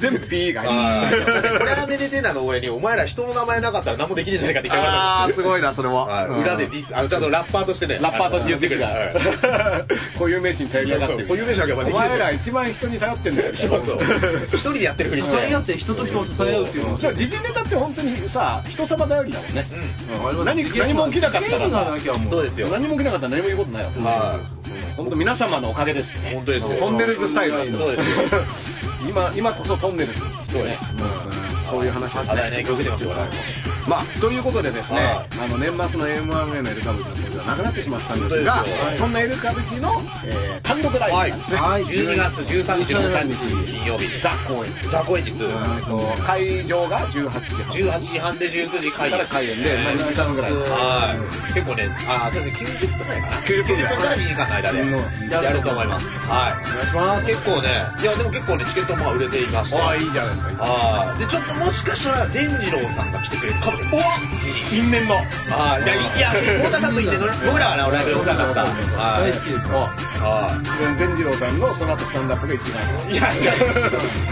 全部 P がはい入ってるだってこれはめでてなの上に、お前ら人の名前なかったら何もできねえじゃねえかって言ってああすごい。いなそれもはい裏でディス、あの、ちゃんとラッパーとしてね。ラッパーとして言ってくるあのはいから。こういう名詞に頼りやがってる。そう固有名詞だけはまあでおきる前ら一番人に頼ってんだよ。そうそう。一人でやってるふり支して。え合って人と人を支え合うっていうのそう時事ネタって本当にさ人様頼りだもんね、うん何何も起きなかったゲームがらなきゃもうそうですよ。何も起きなかったら何も言うことないわはい。本当皆様のおかげですよね本当ですよトンネルズスタイルだよそうですよ今今こそトンネルズですよねそうですうんそういう話あだいね、曲出てますよ、笑いもまあ、ということでですはね、いあの年末の M1 へのエルカブキの選手はなくなってしまったんですそうが、ですよそんなエルカブキの、えー、単独ライブなんですね。はい12月13日金13曜日ですザ・公演。ザコイ日えっと会場が18時18半。時半で19時開から演開演で、まあ、2時間ぐらい。はい。結構ね、あー、そうですね、90分くらいかな。 90分ぐらいから2時間の間うんで、やると思います。はい。お願いし結ます。構ね、いや、でも結構ね、チケットも売れていまして。ああ、いいじゃないですか。あーで、ちょっともしかしたら、善次郎さんが来てくれるかもしれない。因縁の。あーいや、いや、太田さんと言って、僕らはね、ライブでお世話になった。はい大好きですよ。は善次郎さんのその後スタンダップが一番。い。いや、いや、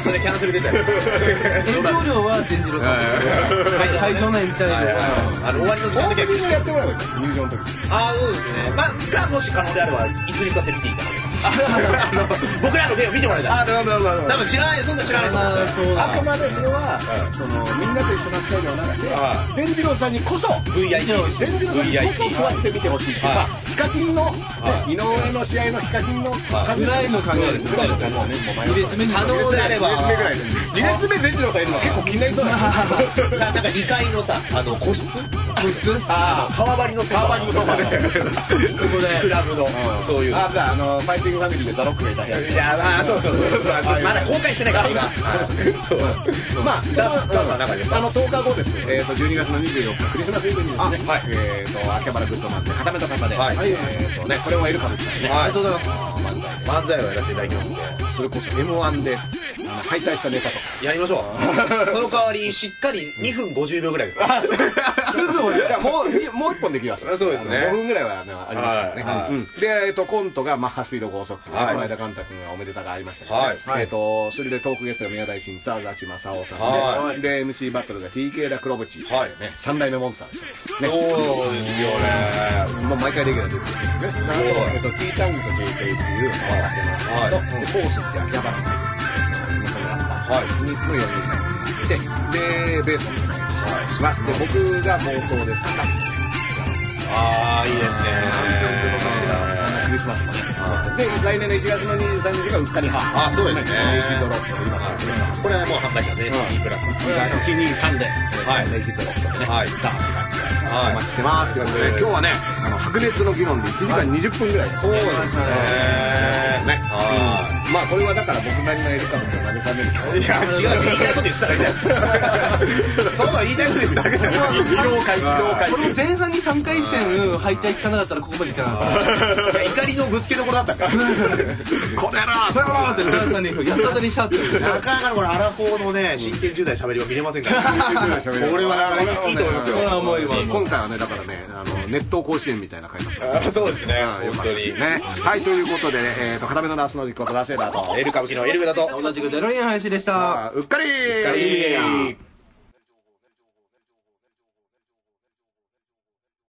それキャンセル出ちゃう。延長料は善次郎さんですはい会長の延滞料はいはいあの、終わりの時間オーだけプニングやってもらえばいいです入場の時に。ああ、そうですね。まあ、が、もし可能であれば、椅子に座って見ていただけます。あの僕らの目を見てもらえたら。なるほど、なる多分知らない、そんな知らないと思ああーそうだくまでそれは、うんそのみんなと一緒の扱いではなくては、善次郎さんにこそ、 VIP 善次郎さんにこ VIP そ座ってみてほしいっていうはまいあヒカキンの、ねはい井上の試合のヒカキンのはい数ぐらいの考えですぐらいの考えですね、もう2列目に可能であれば。 2列目ぐらいです。2列目、善次郎さんいるの結構気になりそうなんです よなんか2階のさ、あの、個室個室あの川張りの川張りのソファでそこで。クラブの、そういうの。あ、じゃあ、あの、ファイティングファミリーでザロックがいたんやいや、まあ、そうそうそう。まだ公開してないから、今。そう。まあ、ダンさん中で。あの10日後です、えー、と12月の24日、クリスマスイブにですね、あはいえー、と秋葉原グッドマンで、固めと方で、はいえーとね、これはエルカブキさんね、はいありがとうございます漫才漫で、才をやらせていただきますんで。それこそ m 1であの敗退したネタとか。やりまし ょう。その代わり、しっかり2分50秒ぐらいです。すぐ終わるいやもうもう一本できます。そうですねあの5分ぐらいはねありますからはね。いはいうんでえっとコントがマッハスピード高速。はいこの間カンタ君がおめでたがありましたからね。はいえっとそれでトークゲストが宮台真司と足立正雄さはんで、で MC バトルが TK だ黒淵。はいね三代目モンスターでした。ね。そうですよね。もう毎回レギュラー出てるんですね。なので、えっと、T タウンと JK っていうのをしてはいますけど、でコースって秋葉原の店があった。にもやるみたいで、で、ベースもやりします。で、僕が冒頭ですから、ああ、いいですね。クリスマスもね。で、来年の1月の23日がうっかりハあ、そうですね。ネイキッドロップ、今からですね。これはもう販売者で、E プラス。 123で、はいネイキッドロップでね、はいダーンって感じではいお待ちしてます。ということで、今日はね、あの白熱の議論で1時間20分ぐらいそうですね。ね。はまあこれはだから僕なりのエルカブと慰めるけどい。いや、違う、言いたいこと言ってたらいいじゃん。 そうそう、言い たいこと言ってただけじゃ業界業界これも前半に3回戦敗退聞かなかったらここまでいかなかった怒りのぶつけど ころだったから。これやろそれやろって村田さんにやったたりしちゃってるなかなかこれ、アラフォーのね、真剣10代喋りは見れませんから。俺はいいと思いますよ。俺はもう今回はねだからねあの熱湯甲子園みたいな回だったからあそうですね、よか本った当でに。すねはいということでねえーと片目のナースの実行とラセーダーとエル歌舞伎のエルベだと。同じくゼロ人林でしたあーうっかりっかり